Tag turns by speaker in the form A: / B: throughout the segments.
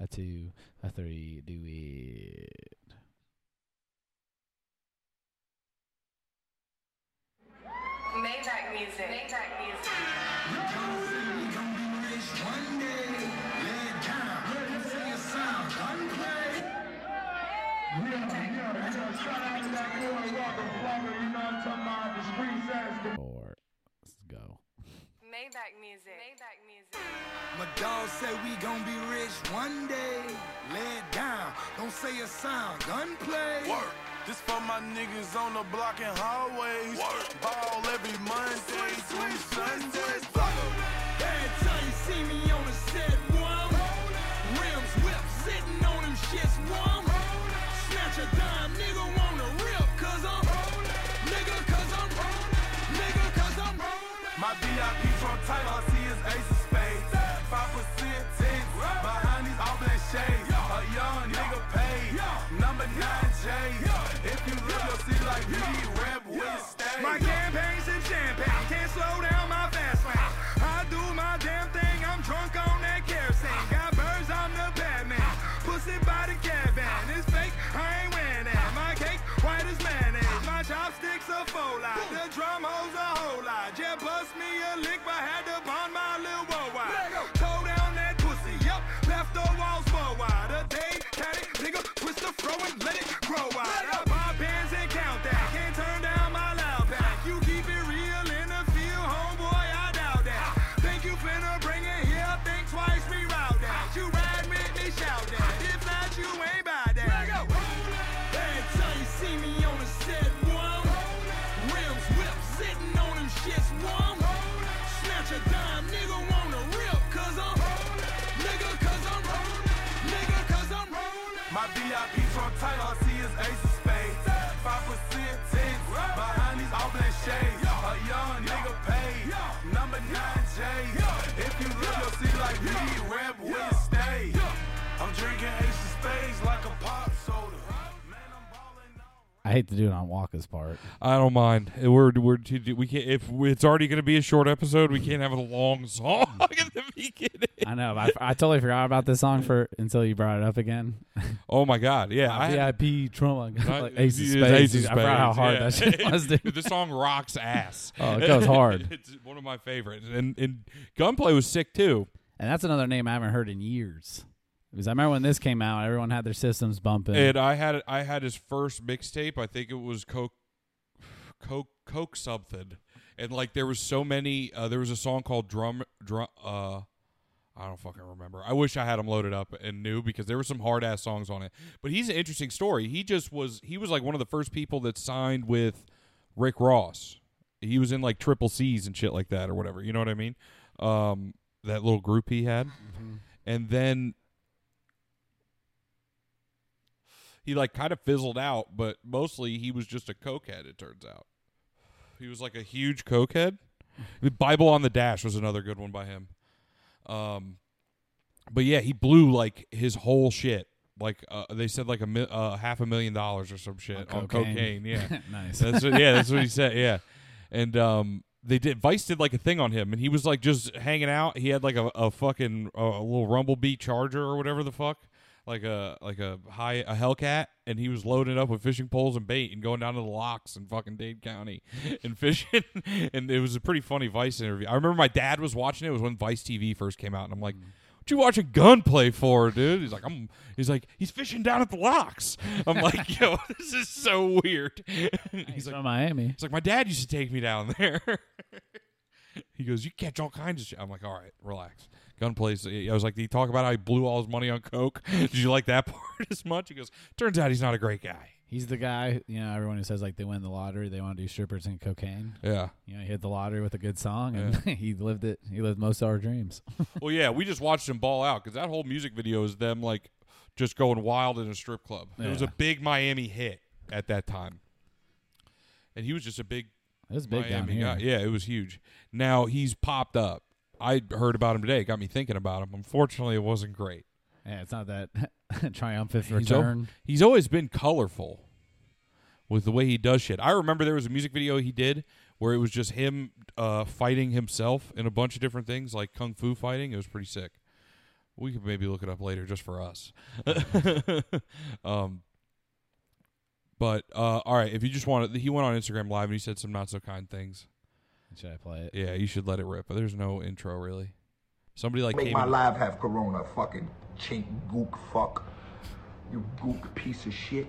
A: a two, a three. Do it.
B: Maybach music. Maybach music.
A: Or let's go.
B: Maybach music. Maybach music.
C: My dog say we gon' be rich one day. Lay it down, don't say a sound. Gunplay.
D: Work. This for my niggas on the block and hallways. Work. Ball every Monday through Sunday.
C: Every time you see me on the set, one rims whip, sitting on them shits, one snatch a dime, nigga wanna rip, cause I'm nigga, cause I'm nigga, cause I'm
D: My VIP from tight, all I see is Ace of Spades. Five percent ten, behind these all black shades. A young nigga paid, number nine J. If you live your city like me, rap will stay.
C: My campaign's in jam packed. Can't slow down my fast lane. I do my damn thing. I'm drunk on that kerosene. Got birds, I'm the Batman. Pussy by the caravan. It's fake. I ain't wearing that. My cake white as mayonnaise. My chopsticks are full lot. The drum holes a whole lot. Just bust me a lick, but had to bond my little worldwide. Toe down that pussy. Yup, left the walls more wide. A day, cat it, nigga, twist the fro and let it grow wide. I buy bands and count that. Can't turn down my loud back. You keep it real in the field, homeboy, I doubt that. Think you finna bring it here, think twice, we route that. You ride with me, shout that. If not, you ain't by that. Every time you see me on the set, one rims whip, sitting on them shits, one snatch a dime, nigga wanna rip, cause I'm nigga, cause I'm nigga, cause I'm
D: My VIP from tight, all I see is Ace of Spades. Five percent ten, behind these all black shades. A young nigga paid, number nine J. If you live your city like me, rap will stay. I'm drinking Ace of Spades like a pop soda. Man, I'm ballin' out.
A: I hate to do it on Waka's part.
E: I don't mind. We're we're too, we can't if it's already going to be a short episode. We can't have a long song at the beginning.
A: I know. I, I totally forgot about this song for until you brought it up again.
E: Oh my god! Yeah, I had-
A: VIP Trump, like,
E: I-
A: Uh, like Ace of
E: it's
A: Spades.
E: Ace of
A: I forgot how
E: Spades,
A: hard
E: yeah.
A: that shit was, dude.
E: the song rocks ass.
A: Oh, it goes hard.
E: it's one of my favorites, and and Gunplay was sick too.
A: And that's another name I haven't heard in years. Because I remember when this came out, everyone had their systems bumping.
E: And I had I had his first mixtape. I think it was Coke, Coke, Coke something. And like there was so many. Uh, there was a song called Drum Drum. Uh, I don't fucking remember. I wish I had him loaded up and knew because there were some hard ass songs on it. But he's an interesting story. He just was. He was like one of the first people that signed with Rick Ross. He was in like Triple C's and shit like that or whatever. You know what I mean? Um, that little group he had. And then he like kind of fizzled out, but mostly he was just a cokehead. It turns out he was like a huge cokehead. The Bible on the Dash was another good one by him. Um, but yeah, he blew like his whole shit. Like uh, they said, like a mi- uh, half a million dollars or some shit on cocaine. Yeah,
A: nice.
E: that's what, yeah, that's what he said. Yeah, and um, they did Vice did like a thing on him, and he was like just hanging out. He had like a, a fucking uh, a little Rumblebee Charger or whatever the fuck, like a like a high a Hellcat, and he was loading up with fishing poles and bait and going down to the locks in fucking Dade County and fishing. and it was a pretty funny Vice interview. I remember my dad was watching it. It was when Vice TV first came out, and I'm like. What you watching gunplay for, dude? He's like, I'm. He's like, he's fishing down at the locks. I'm like, yo, this is so weird.
A: He's
E: he's like,
A: from Miami.
E: it's like my dad used to take me down there. he goes, "You catch all kinds of shit." I'm like, "All right, relax." Gunplay's. I was like, "Did he talk about how he blew all his money on coke?" Did you like that part as much? He goes, "Turns out he's not a great guy."
A: He's the guy, you know, everyone who says like they win the lottery, they want to do strippers and cocaine.
E: Yeah.
A: You know, he hit the lottery with a good song, and he lived it. He lived most of our dreams.
E: Well, yeah, we just watched him ball out because that whole music video is them like just going wild in a strip club. It was a
A: Yeah.
E: big Miami hit at that time, and he was just a big
A: It was big down
E: Miami
A: here.
E: guy. Yeah, it was huge. Now he's popped up. I heard about him today. It Got me thinking about him. Unfortunately, it wasn't great.
A: Yeah, it's not that triumphant
E: He's al-
A: return.
E: He's, always been colorful with the way he does shit. I remember there was a music video he did where it was just him uh, fighting himself in a bunch of different things, like kung fu fighting. It was pretty sick. We could maybe look it up later just for us. um, but uh, all right, if you just want to, he went on Instagram live and he said some not so kind things.
A: Should I play it?
E: Yeah, you should let it rip. But there's no intro really. Somebody like
C: Make
E: came
C: my
E: in-
C: live have corona, fucking chink gook fuck. You gook piece of shit.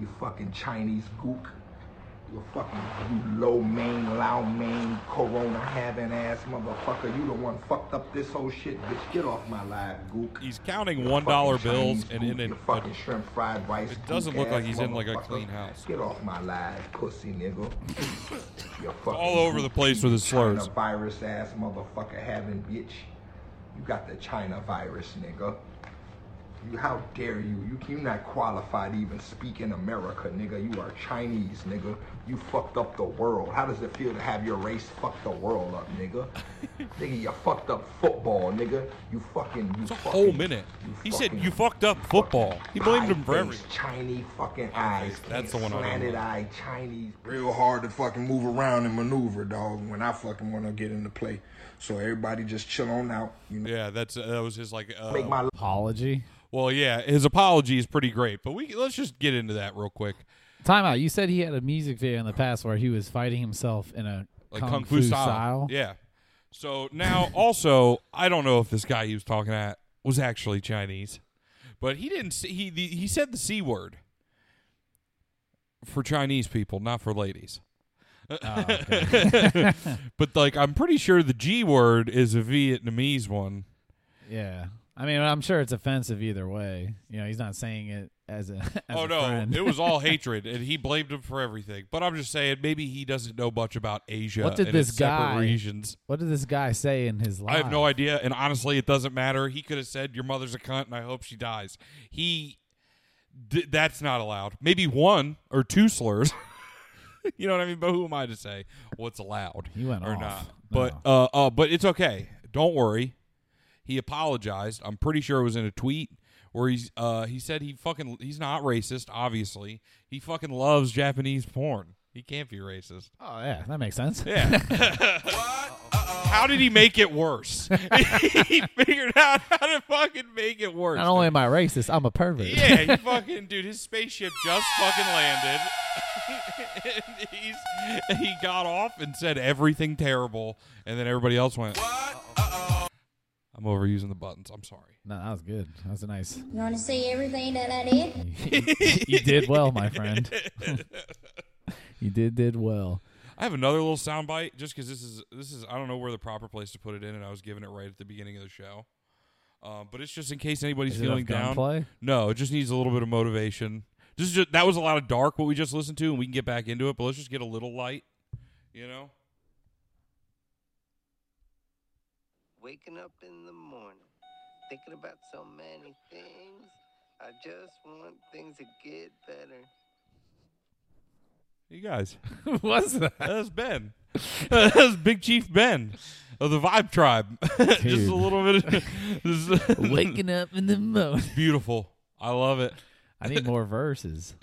C: You fucking Chinese gook. You fucking you low main, low main, corona having ass motherfucker. You the one fucked up this whole shit, bitch. Get off my live gook.
E: He's counting one dollar
C: Fucking
E: bills
C: Chinese
E: and
C: gook,
E: in
C: your fucking shrimp fried rice.
E: It doesn't
C: gook
E: look like
C: ass
E: he's in, like, a
C: motherfucker.
E: clean house.
C: Get off my live pussy nigga. You fucking
E: all over the place with his
C: China
E: slurs.
C: virus ass motherfucker having bitch. You got the China virus, nigga. You, how dare you? You you not qualified to even speak in America, nigga. You are Chinese, nigga. You fucked up the world. How does it feel to have your race fuck the world up, nigga? nigga, you fucked up football, nigga. You fucking you
E: It's a
C: fucking,
E: whole minute.
C: you
E: He said
C: fucking
E: you fucked up football. He blamed him for
C: Eye-faced,
E: everything.
C: Chinese fucking eyes. can't
E: That's the one I don't
C: Slanted
E: like.
C: eye Chinese.
F: real hard to fucking move around and maneuver, dog, when I fucking want to get into play. So everybody just chill on out, you know.
E: Yeah, that's that was his like. Uh,
C: Make my
A: Apology.
E: well, yeah, his apology is pretty great, but we let's just get into that real quick.
A: Time out. You said he had a music video in the past where he was fighting himself in a
E: like kung, fu, style. Yeah. So now, also, I don't know if this guy he was talking at was actually Chinese, but he didn't. Say, he the, he said the c word for Chinese people, not for ladies.
A: Oh,
E: but like, I'm pretty sure the G word is a Vietnamese one.
A: Yeah. I mean, I'm sure it's offensive either way. You know, he's not saying it as a. As
E: oh
A: a
E: no,
A: friend.
E: it was all hatred, and he blamed him for everything. But I'm just saying, maybe he doesn't know much about Asia.
A: What did
E: and its
A: this
E: separate
A: guy-
E: Regions.
A: what did this guy say in his life?
E: I have no idea, and honestly, it doesn't matter. He could have said, "Your mother's a cunt, and I hope she dies." He, d- that's not allowed. Maybe one or two slurs. you know what I mean? But who am I to say what's allowed?
A: He went
E: or
A: off.
E: not.
A: No.
E: But uh, uh, but it's okay. Don't worry. He apologized. I'm pretty sure it was in a tweet where he's uh, he said he fucking he's not racist. Obviously, he fucking loves Japanese porn. He can't be racist.
A: Oh yeah, that makes sense.
E: Yeah. How did he make it worse? he figured out how to fucking make it worse.
A: Not only am I racist, I'm a pervert.
E: yeah, he fucking dude, his spaceship just fucking landed. and he's, he got off and said everything terrible, and then everybody else went. I'm overusing the buttons. I'm sorry.
A: no, that was good. That was a nice.
G: You want to see everything that I did?
A: You did well, my friend. you did did well.
E: I have another little soundbite just because this is this is I don't know where the proper place to put it in, and I was giving it right at the beginning of the show. Uh, but it's just in case anybody's
A: Is it
E: feeling
A: of
E: down.
A: Gunplay?
E: No, it just needs a little bit of motivation. This is just, that was a lot of dark what we just listened to, and we can get back into it. But let's just get a little light, you know.
H: Waking up in the morning, thinking about so many things. I just want things to get better.
E: You guys,
A: What's that?
E: that's Ben. that's Big Chief Ben of the Vibe Tribe. just
A: Dude.
E: a little bit. Of, this is
A: Waking up in the morning.
E: beautiful. I love it.
A: I need more verses.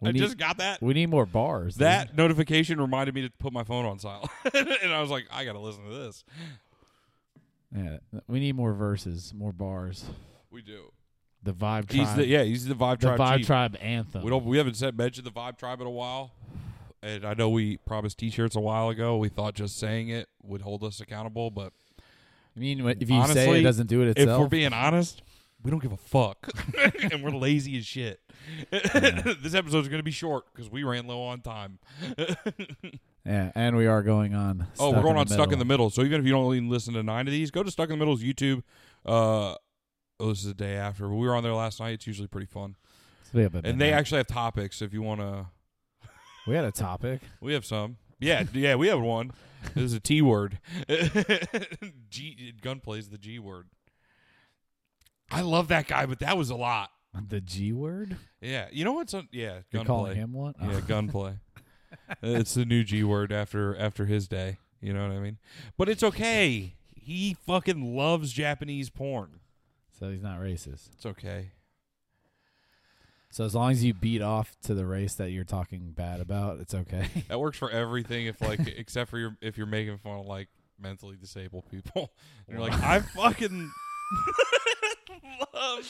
A: We
E: I
A: need,
E: just got that.
A: we need more bars. dude.
E: That notification reminded me to put my phone on silent, and I was like, I gotta listen to this.
A: Yeah, we need more verses, more bars.
E: We do.
A: The vibe tribe.
E: He's the yeah. He's the Vibe
A: the
E: Tribe.
A: vibe
E: chief.
A: tribe anthem.
E: We don't. We haven't said mentioned the Vibe Tribe in a while, and I know we promised T-shirts a while ago. We thought just saying it would hold us accountable, but
A: I mean, wh- if you
E: honestly,
A: say it doesn't do it
E: If
A: itself,
E: we're being honest, we don't give a fuck, and we're lazy as shit. this episode's gonna be short because we ran low on time.
A: yeah, and we are going on.
E: Oh,
A: Stuck
E: we're going
A: the
E: on Stuck in the
A: Middle.
E: Middle. So even if you don't even listen to nine of these, go to Stuck in the Middle's YouTube. Uh, oh, this is the day after, but we were on there last night. It's usually pretty fun,
A: So we have a
E: and they actually have topics if you want to.
A: we had a topic.
E: We have some. Yeah, yeah, we have one. This is a T word. G gunplay's the G word. I love that guy, but that was a lot.
A: The G word.
E: Yeah, you know what's on? Yeah,
A: You're
E: gunplay.
A: calling him one.
E: Yeah, gunplay. it's the new G word after after his day. You know what I mean? But it's okay. He fucking loves Japanese porn.
A: So he's not racist.
E: It's okay.
A: So as long as you beat off to the race that you're talking bad about, it's okay.
E: That works for everything if like except for your if you're making fun of like mentally disabled people. You're like, I fucking love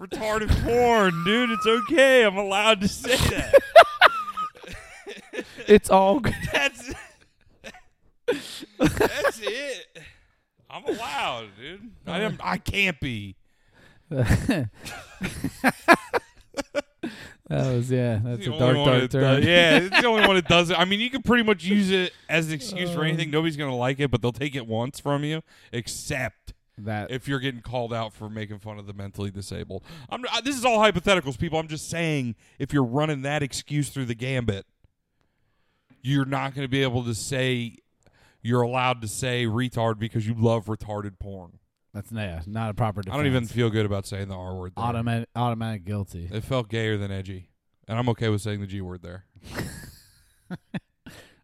E: retarded porn, dude. It's okay. I'm allowed to say that.
I: It's all good.
E: That's that's it. I'm allowed, dude. I am. I can't be.
A: That was yeah. That's
E: It's the
A: a
E: only
A: dark,
E: one
A: dark
E: that
A: turn.
E: does- yeah, it's the only one that does it. I mean, you can pretty much use it as an excuse
A: Uh.
E: for anything. Nobody's gonna like it, but they'll take it once from you, except
A: That
E: if you're getting called out for making fun of the mentally disabled. I'm, I, this is all hypotheticals, people. I'm just saying if you're running that excuse through the gambit, you're not going to be able to say you're allowed to say retard because you love retarded porn.
A: that's yeah, not a proper. Defense.
E: I don't even feel good about saying the R word. There.
A: automatic automatic guilty.
E: It felt gayer than edgy, and I'm okay with saying the G word there.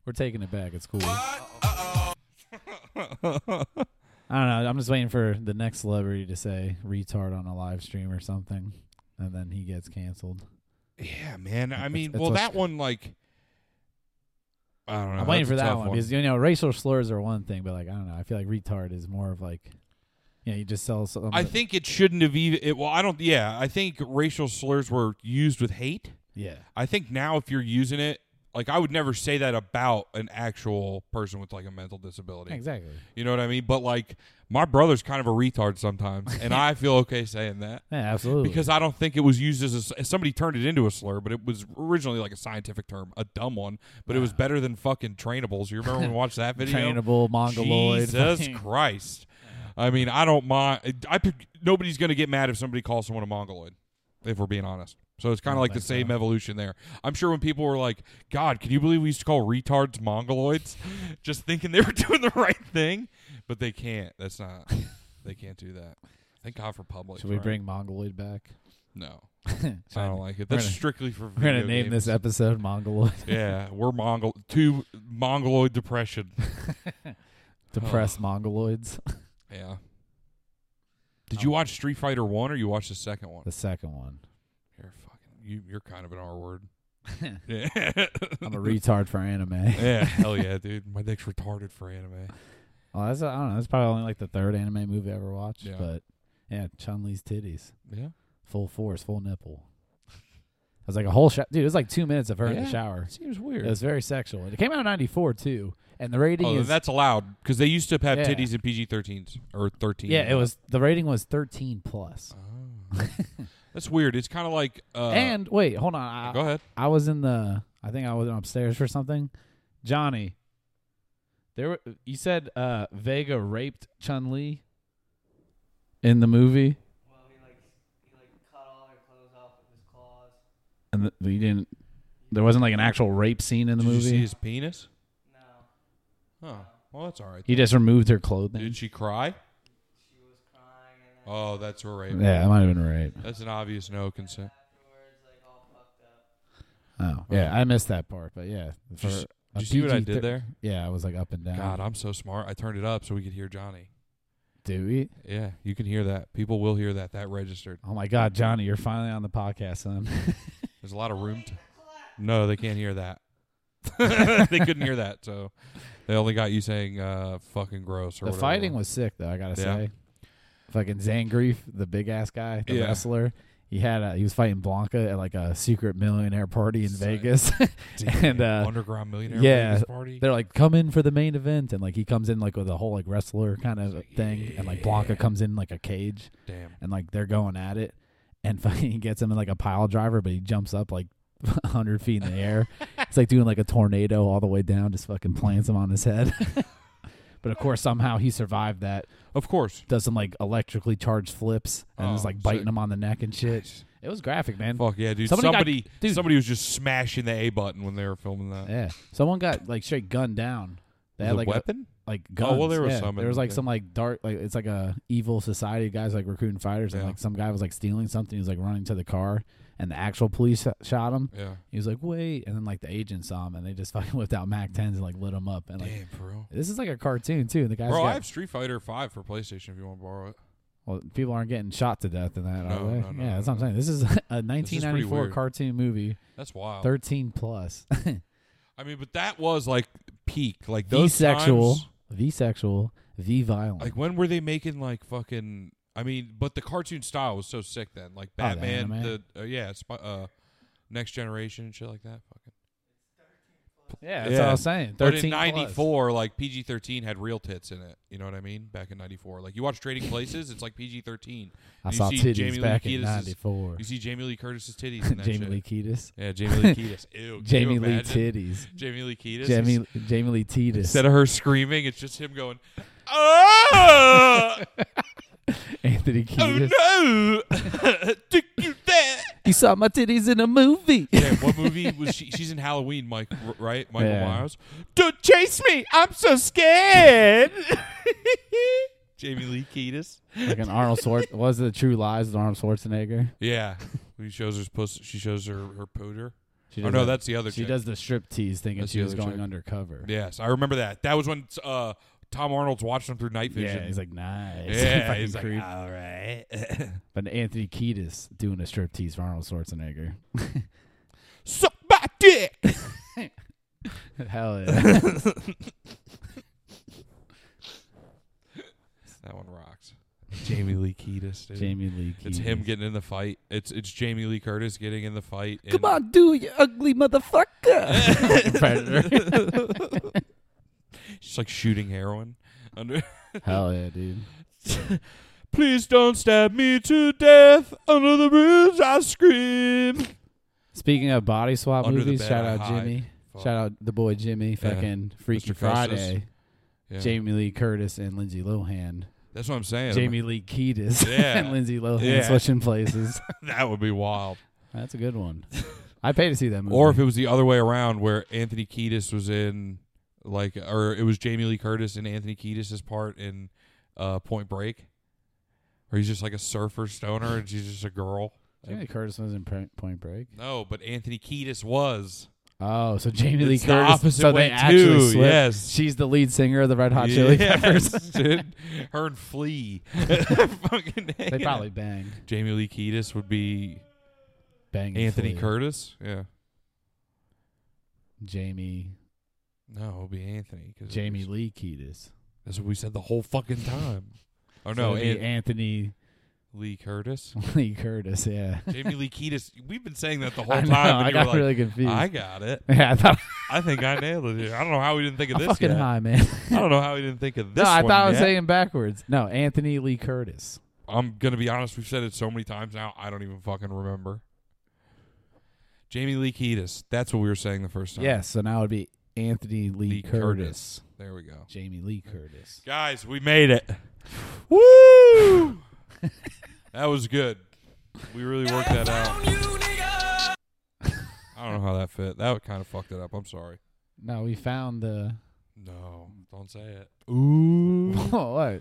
A: We're taking it back. It's cool. I don't know. I'm just waiting for the next celebrity to say retard on a live stream or something, and then he gets canceled.
E: Yeah, man. I
A: It's-
E: mean,
A: it's
E: well,
A: what's-
E: that one like. I don't know.
A: I'm waiting
E: That's
A: for
E: a
A: that
E: tough
A: one, because you know racial slurs are one thing, but like I don't know. I feel like retard is more of like, you know, you just sell something.
E: I think it shouldn't have even. It, well, I don't. Yeah, I think racial slurs were used with hate.
A: yeah,
E: I think now if you're using it, like I would never say that about an actual person with like a mental disability.
A: exactly.
E: You know what I mean? But like my brother's kind of a retard sometimes, and I feel okay saying that
A: Yeah, absolutely.
E: because I don't think it was used as a, s- somebody turned it into a slur, but it was originally like a scientific term, a dumb one, but it was better than fucking trainables. You remember when we watched that video?
A: Trainable, mongoloid,
E: Jesus
A: fucking-
E: Christ! I mean, I don't mind. I pick- nobody's gonna get mad if somebody calls someone a mongoloid, if we're being honest. So it's kind of like the same evolution there. I'm sure when people were like, "God, can you believe we used to call retards mongoloids?" just thinking they were doing the right thing, but they can't. That's not. they can't do that. Thank God for public.
A: Should we
E: right?
A: bring mongoloid back?
E: No,
A: I
E: I don't like it.
A: we're
E: That's
A: gonna-
E: strictly for.
A: We're gonna
E: video
A: name
E: games.
A: this episode Mongoloid
E: yeah, we're Mongol. Two Mongoloid depression.
A: Depressed
E: Oh.
A: Mongoloids.
E: Yeah. Did you watch Street Fighter One or you watched the second one?
A: The second one.
E: You're fucking. You, you're kind of an R word. yeah.
A: I'm a retard for anime.
E: yeah. Hell yeah, dude. My dick's retarded for anime.
A: Well, that's I don't know. That's probably only like the third anime movie I ever watched.
E: Yeah.
A: But yeah, Chun Li's titties,
E: Yeah.
A: full force, full nipple. It was like a whole shot, dude. It was like two minutes of her in the
E: Yeah.
A: shower.
E: Seems
A: It
E: weird.
A: was very sexual. And It came out in '94 too, and the rating
E: oh, then
A: is
E: that's allowed because they used to have
A: Yeah.
E: titties in PG 13s or 13.
A: yeah. It was the rating was 13 plus.
E: Oh. That's weird. It's kind of like. Uh,
A: and wait, hold on. I,
E: go ahead.
A: I was in the. I think I was upstairs for something. Johnny, there. Were, you said uh, Vega raped Chun Li in the movie,
J: Well, he like he like cut all her clothes off with his claws.
A: and th- you didn't. There wasn't like an actual rape scene in the
E: Did you
A: movie.
E: see his penis?
J: No,
E: Huh. Well, that's all right.
A: he just removed her clothing.
E: Did she cry?
J: she was crying and then
E: Oh, that's a rape.
A: yeah, that might have been rape.
E: That's an obvious no consent.
J: afterwards like all fucked up.
A: Oh, yeah, I missed that part, but yeah. for
E: Just-
A: a
E: did you see what I
A: PG-13
E: did there?
A: Yeah, I was like up and down.
E: God, I'm so smart. I turned it up so we could hear Johnny.
A: Do we?
E: Yeah, you can hear that. People will hear that. That registered.
A: Oh my God, Johnny, you're finally on the podcast, son.
E: There's a lot of room. To- no, they can't hear that. they couldn't hear that, so they only got you saying uh, "fucking gross" or
A: The
E: whatever.
A: fighting was sick though. I gotta
E: Yeah.
A: say, fucking Zangief, the big ass guy, the
E: Yeah.
A: wrestler. He had a, he was fighting Blanca at like a secret millionaire party in Vegas,
E: Damn,
A: and uh,
E: underground millionaire
A: yeah,
E: Vegas party.
A: they're like come in for the main event, and like he comes in like with a whole like wrestler kind of thing, and like Blanca comes in like a cage,
E: Damn,
A: and like they're going at it, and fucking he gets him in like a pile driver, but he jumps up like hundred feet in the air. it's like doing like a tornado all the way down, just fucking plants him on his head. but of course, somehow he survived that
E: of course.
A: does some like electrically charged flips and is
E: Oh,
A: like biting
E: sick.
A: him on the neck and shit. It was graphic, man.
E: Fuck yeah, dude.
A: Somebody
E: Somebody
A: got-
E: somebody,
A: dude.
E: was just smashing the A button when they were filming that.
A: Yeah, someone got like straight gunned down. They had
E: The
A: like a-
E: weapon?
A: like guns.
E: Oh, well, there was
A: yeah.
E: some in
A: There was
E: the
A: like
E: thing.
A: some like dark, like it's like a evil society guys like recruiting fighters, and
E: Yeah.
A: like some guy was like stealing something. He was like running to the car, and the actual police sh- shot him.
E: Yeah.
A: He was like, "Wait!" And then like the agent saw him, and they just fucking whipped out Mac tens and like lit him up. And like
E: Damn, for real.
A: this is like a cartoon too. The guys,
E: Bro, I
A: got,
E: have Street Fighter Five for PlayStation. If you want to borrow it,
A: well, people aren't getting shot to death in that,
E: No,
A: are they?
E: no, no,
A: yeah,
E: no,
A: that's what I'm saying. This is a 1994
E: weird.
A: cartoon movie.
E: that's wild.
A: 13 plus.
E: I mean, but that was like peak. Like
A: V
E: those
A: sexual,
E: times-
A: V sexual, V violent.
E: Like when were they making like fucking? I I mean, but the cartoon style was so sick then, like
A: Oh, the
E: Batman,
A: anime.
E: the uh, yeah, Sp- uh, Next Generation and shit like that. Fucking
A: Yeah, that's what I was saying.
E: But
A: 13
E: in
A: plus.
E: '94, like PG thirteen had real tits in it. You know what I mean? Back in '94, like you watch Trading Places, it's like PG thirteen.
A: I saw titties back in '94.
E: You see Jamie Lee Curtis's titties in that
A: Jamie
E: shit.
A: Lee Curtis.
E: Yeah, Jamie Lee Curtis. Ew. can
A: Jamie
E: you
A: Lee
E: imagine?
A: titties.
E: Jamie Lee Curtis.
A: Jamie Jamie Lee Titus.
E: Instead of her screaming, it's just him going, "Oh,
A: Anthony Kiedis.
E: oh no, took you there."
A: You saw my titties in a movie.
E: Yeah, what movie was she? She's in Halloween, Mike, r- right? Michael
A: Yeah.
E: Myers. Don't chase me. I'm so scared. Jamie Lee Curtis.
A: like an Arnold Schwarzenegger. Was it True Lies with Arnold Schwarzenegger?
E: Yeah, he shows her puss. She shows her her pooter.
A: She
E: Oh,
A: does
E: no,
A: that-
E: that's the other
A: She
E: chick.
A: does the strip tease thinking
E: That's
A: she
E: the
A: was
E: other
A: going
E: chick.
A: undercover.
E: Yes, I remember that. That was when uh, Tom Arnold's watching him through night
A: Yeah,
E: vision.
A: he's like, nice.
E: yeah,
A: Fucking
E: he's like, "Ah."
A: creep.
E: all right.
A: But Anthony Kiedis doing a strip tease for Arnold Schwarzenegger.
E: Suck my dick.
A: Hell yeah.
E: That one rocks. Jamie Lee Curtis. Dude.
A: Jamie Lee Curtis.
E: It's him getting in the fight. It's it's Jamie Lee Curtis getting in the fight. and-
A: Come on, do it, you ugly motherfucker. Predator.
E: she's like shooting heroin. Under,
A: Hell yeah, dude.
E: please don't stab me to death. Under the bridge, I scream.
A: Speaking of body swap
E: Under the
A: movies,
E: bed
A: shout
E: I
A: out
E: hide.
A: Jimmy.
E: Fuck.
A: Shout out the boy Jimmy. Fucking Freaky
E: Mr. Costas.
A: Friday.
E: Yeah.
A: Jamie Lee Curtis and Lindsay Lohan.
E: That's what I'm saying.
A: Jamie Lee Curtis
E: Yeah.
A: and Lindsay Lohan
E: Yeah.
A: switching places.
E: that would be wild.
A: That's a good one. I pay to see that movie.
E: Or if it was the other way around, where Anthony Kiedis was in, like, or it was Jamie Lee Curtis and Anthony Kiedis' part in uh, Point Break, where he's just like a surfer stoner and she's just a girl.
A: Jamie Lee Curtis was in Point Point Break.
E: No, but Anthony Kiedis was.
A: Oh, so Jamie Lee
E: It's the
A: Curtis.
E: opposite
A: so
E: way,
A: they actually
E: too,
A: slipped.
E: yes.
A: she's the lead singer of the Red Hot Chili Peppers.
E: Yes, dude. Her and Flea. Fucking
A: They
E: yeah.
A: probably bang,
E: Jamie Lee Curtis would be
A: bang. and
E: Anthony
A: flee.
E: Curtis. Yeah.
A: Jamie,
E: No, it would be Anthony. 'cause it
A: Jamie
E: was-
A: Lee Curtis.
E: That's what we said the whole fucking time.
A: So
E: Oh, no.
A: it'd be
E: An-
A: Anthony
E: Lee Curtis.
A: Lee Curtis. Yeah,
E: Jamie Lee Curtis. We've been saying that the whole
A: I know,
E: time. and
A: I
E: you were
A: got
E: like,
A: really confused.
E: I got it.
A: yeah. I thought
E: I think I nailed it here. I don't know how we didn't think of
A: I'm
E: this
A: fucking
E: yet.
A: high, man.
E: I don't know how we didn't think of this
A: no, I
E: one
A: thought I was
E: yet.
A: saying backwards. No, Anthony Lee Curtis.
E: I'm gonna be honest. We've said it so many times now. I don't even fucking remember. Jamie Lee Curtis. That's what we were saying the first time.
A: Yes, so now it would be Anthony Lee,
E: Lee
A: Curtis.
E: Curtis. There we go.
A: Jamie Lee Curtis.
E: Guys, we made it. Woo! that was good. We really worked that out. I don't know how that fit. That kind of fucked it up. I'm sorry.
A: No, we found the.
E: No, don't say it. Ooh.
A: Oh, what?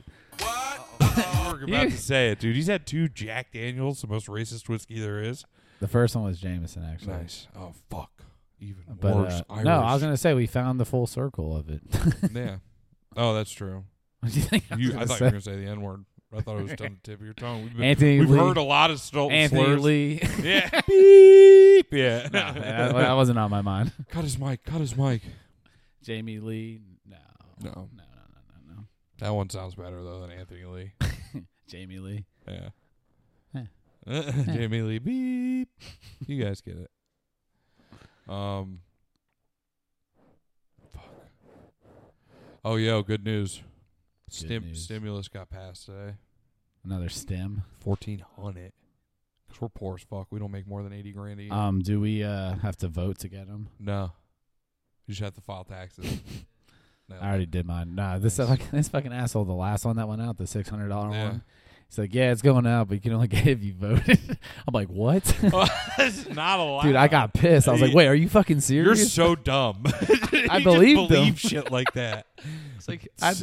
E: We're about to say it, dude. He's had two Jack Daniels, the most racist whiskey there is.
A: The first one was Jameson, actually.
E: Nice. Oh fuck. Even
A: But
E: worse.
A: uh, no, I was gonna say we found the full circle of it. what
E: Yeah. Oh, that's true.
A: do you think? I, was
E: You, I
A: gonna
E: thought
A: say?
E: you were gonna say the N word. I thought it was on the tip of your tongue. We've, been,
A: Anthony
E: we've
A: Lee-
E: heard a lot of stol-
A: Anthony
E: slurs.
A: Lee.
E: Yeah. Beep. Yeah.
A: that, that wasn't on my mind.
E: Cut his mic. Cut his mic.
A: Jamie Lee. No.
E: No.
A: No. No. No. No. no.
E: That one sounds better though than Anthony Lee.
A: Jamie Lee.
E: Yeah.
A: Huh.
E: Jamie Lee. Beep. You guys get it. Um. Fuck. Oh yo, good news. Stim-
A: news.
E: Stimulus got passed today.
A: Another stem.
E: Fourteen hundred. Cause we're poor as fuck. We don't make more than eighty grand a year.
A: Um. Do we uh have to vote to get them?
E: no, you just have to file taxes. No.
A: I already did mine. Nah. This
E: Nice.
A: fucking this fucking asshole. The last one that went out, the six hundred dollar
E: Yeah.
A: one. He's like, yeah, it's going out, but you can only get it if you voted. I'm like, what?
E: it's not allowed.
A: Dude, I got pissed. I was like, wait, are you fucking
E: You're
A: serious?
E: so dumb.
A: I
E: You just
A: believed them.
E: believe shit like that.
A: It's like I,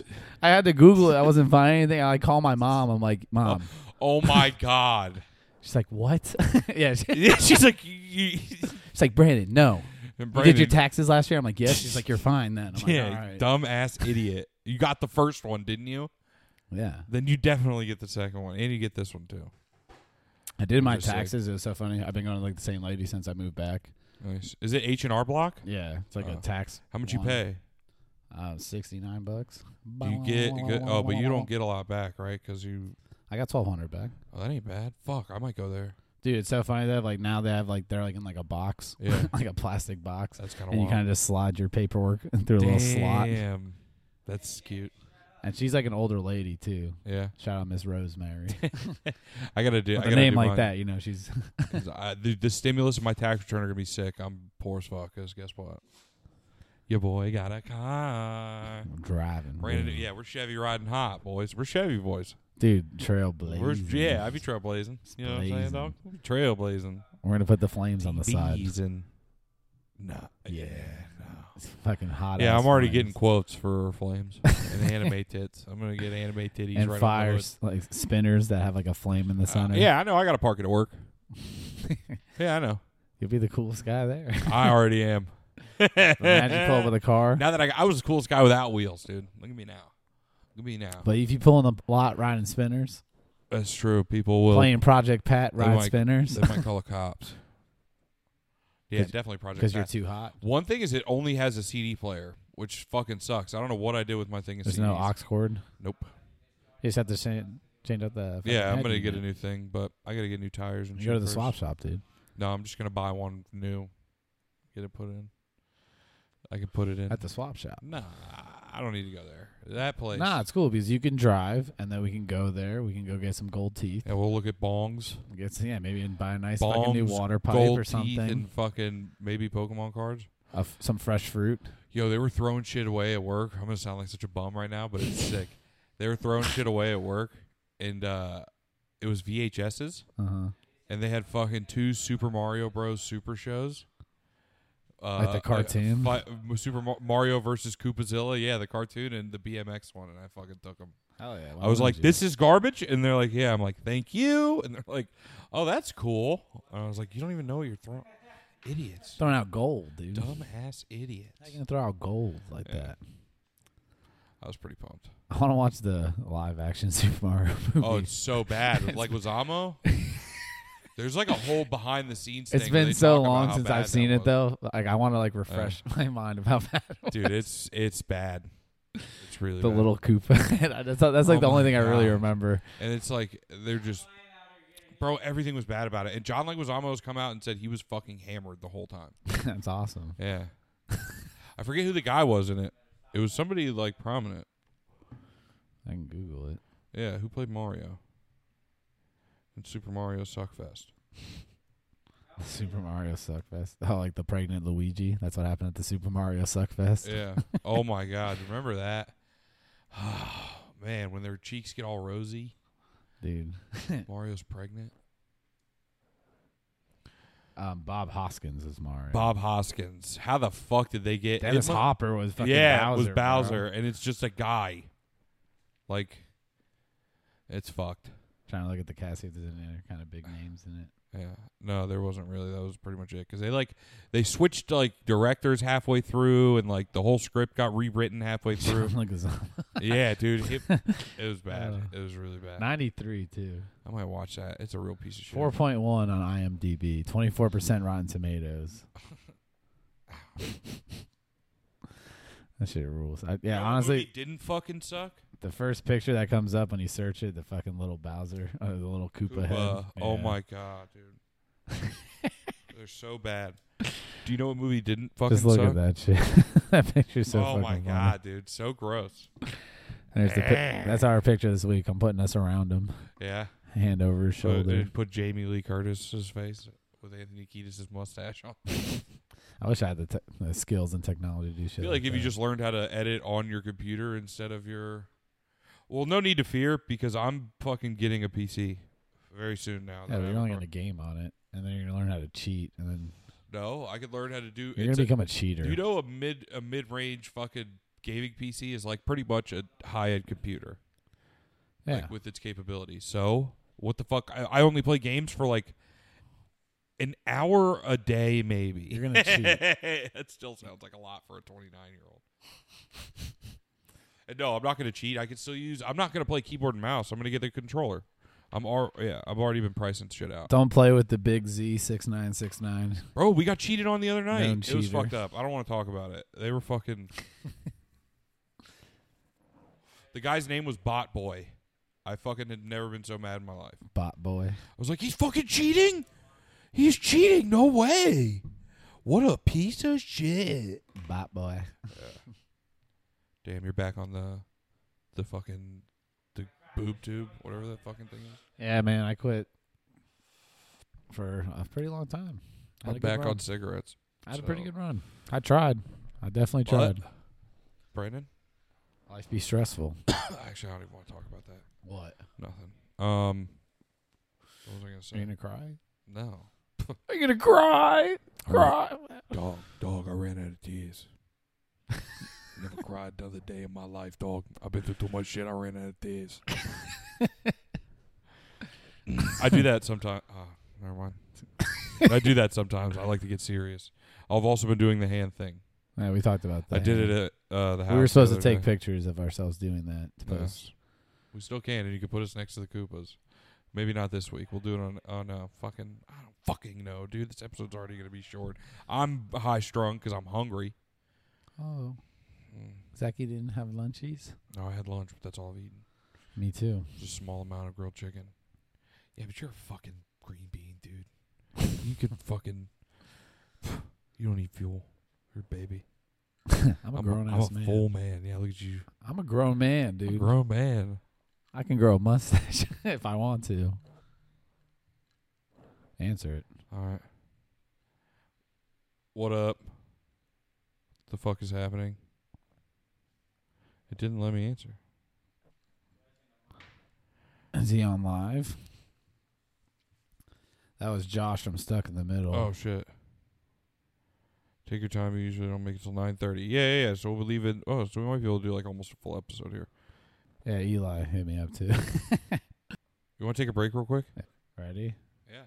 A: I had to Google it. I wasn't finding anything. I call my mom. I'm like, mom.
E: Oh my god.
A: She's like, what? yeah. she-
E: Yeah, she's like, you,
A: she's like, Brandon, no.
E: and
A: You did your
E: Brandon,
A: taxes last year? I'm like, yes. She's like, you're fine then. I'm like,
E: yeah,
A: all right.
E: dumb ass idiot. You got the first one, didn't you?
A: Yeah.
E: Then you definitely get the second one, and you get this one too.
A: I did my
E: Interesting.
A: taxes. It was so funny. I've been going to like the same lady since I moved back.
E: Nice. Is it H and R Block?
A: Yeah. It's like a
E: Oh.
A: tax.
E: How much you
A: one.
E: pay?
A: Uh, 69 bucks.
E: oh, Do you get good? Oh, but you don't get a lot back, right? Because you
A: I got twelve hundred back.
E: Oh, that ain't bad. Fuck, I might go there.
A: Dude, it's so funny that like now they have like they're like in like a box,
E: Yeah.
A: like a plastic box,
E: That's kind of
A: and you
E: wild.
A: kind of just slide your paperwork through a little slot.
E: Damn, that's cute.
A: And she's like an older lady too.
E: Yeah,
A: Shout out Miss Rosemary.
E: I gotta do. I
A: With a
E: gotta
A: name
E: do
A: like
E: mine.
A: that, you know, she's
E: 'Cause I, the, the stimulus of my tax return are gonna be sick. I'm poor as fuck. Cause guess what? Your boy got a car.
A: driving.
E: Brandon,
A: dude.
E: yeah, we're Chevy riding hot, boys. We're Chevy boys.
A: Dude, trailblazing.
E: We're yeah, I be trailblazing. You know what I'm saying,
A: Blazing.
E: dog? Trailblazing.
A: We're gonna put the flames on the side.
E: Blazing. No. Yeah.
A: It's fucking hot.
E: Yeah,
A: ass
E: I'm already
A: flames.
E: getting quotes for flames and anime tits. I'm gonna get anime
A: and
E: titties right on the hood.
A: fires like spinners that have like a flame in the
E: Uh,
A: center.
E: yeah, I know. I got to park it at work. yeah, I know.
A: you'll be the coolest guy there.
E: I already am.
A: Imagine pull up with a car.
E: Now that I, I was the coolest guy without wheels, dude. Look at me now. Look at me now.
A: But if you pull in the lot riding spinners,
E: That's true. People will.
A: playing Project Pat
E: they
A: riding
E: might-
A: spinners
E: They might call the cops. Yeah,
A: 'Cause-
E: definitely Project
A: because you're
E: Pat.
A: too hot.
E: One thing is, it only has a CD player, which fucking sucks. I don't know what I did with my thing. Of
A: There's
E: CDs.
A: no aux cord.
E: Nope.
A: You just have to change, change out the. fucking
E: Yeah, I'm
A: head
E: gonna
A: unit.
E: get a new thing, but I gotta get new tires and
A: You
E: shit
A: go to the
E: first.
A: swap shop, dude.
E: No, I'm just gonna buy one new. Get it put in. I can put it in.
A: At the swap shop.
E: nah, I don't need to go there. That place.
A: Nah, it's cool because you can drive, and then we can go there. We can go get some gold teeth.
E: Yeah, we'll look at bongs,
A: Get some, yeah, maybe and buy a nice
E: bongs,
A: fucking new water pipe
E: gold
A: or
E: teeth,
A: something.
E: and fucking maybe Pokemon cards.
A: A f- some fresh fruit.
E: Yo, they were throwing shit away at work. I'm gonna sound like such a bum right now, but it's sick. They were throwing shit away at work, and uh, it was VHSs,
A: Uh huh.
E: and they had fucking two Super Mario Bros. Super shows. Uh,
A: the cartoon?
E: fi- Super Mar- Mario versus Koopazilla, yeah, the cartoon and the BMX one, and I fucking took them.
A: Hell yeah!
E: I was like, "This is garbage," and they're like, "Yeah." I'm like, "Thank you," and they're like, "Oh, that's cool." And I was like, "You don't even know what you're throwing, idiots,
A: throwing out gold, dude. How
E: dumbass idiots."
A: you gonna throw out gold like
E: Yeah.
A: that?
E: I was pretty pumped.
A: I want to watch the live action Super Mario movie.
E: Oh, it's so bad. With, like Wazamo. There's like a whole behind the scenes.
A: it's
E: thing where
A: been
E: they
A: so
E: talk about
A: long
E: how
A: since
E: bad
A: I've
E: that
A: seen it
E: was.
A: though. Like I want to like refresh my mind about that.
E: dude. It's it's bad. It's really
A: the
E: bad.
A: little Koopa. I just thought- that's like
E: Oh
A: the only
E: my
A: thing I really
E: God.
A: remember.
E: and it's like they're just, bro. Everything was bad about it. And John Leguizamo's come out and said he was fucking hammered the whole time.
A: that's awesome.
E: Yeah, I forget who the guy was in it. It was somebody like prominent.
A: I can Google it.
E: Yeah, who played Mario? And Super Mario Suckfest.
A: Super Mario Suckfest. Oh, like the pregnant Luigi. That's what happened at the Super Mario Suckfest.
E: Yeah. oh my God. Remember that? Man, when their cheeks get all rosy.
A: Dude.
E: Mario's pregnant.
A: Um, Bob Hoskins is Mario.
E: Bob Hoskins. How the fuck did they get
A: Dennis
E: it mu-
A: Hopper was fucking
E: Yeah,
A: Bowser.
E: it was
A: bro.
E: Bowser, and it's just a guy. Like, it's fucked.
A: Trying to look at the cast see if there's any other kind of big names in it.
E: Yeah. No, there wasn't really. That was pretty much it. Because they like they switched like directors halfway through, and like the whole script got rewritten halfway through.
A: Look, it's
E: yeah, dude, it, it was bad.
A: Uh,
E: it was really bad.
A: 93 too.
E: I might watch that. It's a real piece of shit.
A: 4.1 on IMDb. 24% Rotten Tomatoes. that shit rules. I,
E: You know
A: yeah,
E: what
A: honestly,
E: movie didn't fucking suck.
A: the first picture that comes up when you search it, the fucking little Bowser, uh, the little Koopa, head.
E: Koopa. Oh
A: Yeah.
E: my god, dude. They're so bad. Do you know what movie didn't fucking
A: Just look
E: suck?
A: at that shit. that picture's so
E: oh
A: fucking
E: my
A: funny.
E: god, dude, so gross.
A: There's the pic- that's our picture this week. I'm putting us around him,
E: Yeah,
A: hand over his
E: put,
A: shoulder.
E: dude, put Jamie Lee Curtis's face with Anthony Kiedis' mustache on. I
A: I wish I had the, te- the skills and technology to do shit.
E: feel like if
A: that.
E: you just learned how to edit on your computer instead of your, well, no need to fear because I'm fucking getting a PC very soon now.
A: yeah,
E: that
A: but
E: I
A: you're
E: have
A: only
E: a
A: gonna game on it, and then you're gonna learn how to cheat, and then
E: car. No, I could learn how to do.
A: you're
E: it's
A: gonna
E: a-
A: become a cheater.
E: Do you know a mid a mid range fucking gaming PC is like pretty much a high end computer,
A: yeah,
E: like with its capabilities. So what the fuck? I, I only play games for like an hour a day, maybe.
A: You're gonna cheat.
E: that still sounds like a lot for a 29 year old. and no, I'm not gonna cheat. I can still use. I'm not gonna play keyboard and mouse. I'm gonna get the controller. I'm al- yeah. I've already been pricing shit out.
A: don't play with the big Z six nine six nine.
E: Bro, we got cheated on the other night.
A: Known
E: it was
A: cheater.
E: fucked up. I don't want to talk about it. They were fucking. the guy's name was Bot Boy. I fucking had never been so mad in my life. I
A: Bot boy.
E: was like, he's fucking cheating. He's cheating. No way. What a piece of shit.
A: Bot boy.
E: Damn, you're back on the, the fucking, the boob tube, whatever that fucking thing is.
A: Yeah, man, I quit for a pretty long time. I had
E: I'm
A: a good
E: back
A: run.
E: on cigarettes.
A: I had a pretty
E: so-
A: good run. I tried. I definitely
E: But-
A: tried.
E: Brandon,
A: Life be stressful.
E: actually, I don't even want to talk about that.
A: What?
E: Nothing. Um, what was I gonna
A: Are you
E: say?
A: gonna cry?
E: No.
A: Are you gonna cry? Cry.
E: Dog, dog, I ran out of tears. Never cried another day in my life, dog. I've been through too much shit. I ran out of tears. I do that sometimes. Oh, never mind. I do that sometimes. I like to get serious. I've also been doing the hand thing.
A: Yeah, we talked about that.
E: I did it at uh, the house.
A: We were supposed
E: the
A: to
E: other
A: take
E: day.
A: pictures of ourselves doing that to
E: Yeah.
A: post.
E: We still can, and you can put us next to the Koopas. Maybe not this week. We'll do it on on uh, fucking. I don't fucking know, dude. This episode's already gonna be short. I'm high strung because I'm hungry.
A: Oh,
E: Mm.
A: Zachy didn't have lunchies.
E: No, I had lunch, but that's all I've eaten.
A: Me too.
E: Just a small amount of grilled chicken. Yeah, but you're a fucking green bean, dude. you could fucking. You don't need fuel. You're a baby.
A: I'm a
E: I'm
A: grown
E: I'm
A: ass
E: a
A: man.
E: full man. Yeah, look at you,
A: I'm a grown man,
E: I'm a
A: dude.
E: grown man.
A: I can grow a mustache if I want to. Answer it.
E: All right. What up? The fuck is happening? It didn't let me answer.
A: Is he on live? That was Josh from Stuck in the Middle.
E: Oh shit. Take your time. We usually don't make it till nine thirty. Yeah, yeah, yeah. So we'll leave it. Oh, so we might be able to do like almost a full episode here.
A: Yeah, Eli hit me up too.
E: You want to take a break real quick?
A: Ready?
E: Yeah.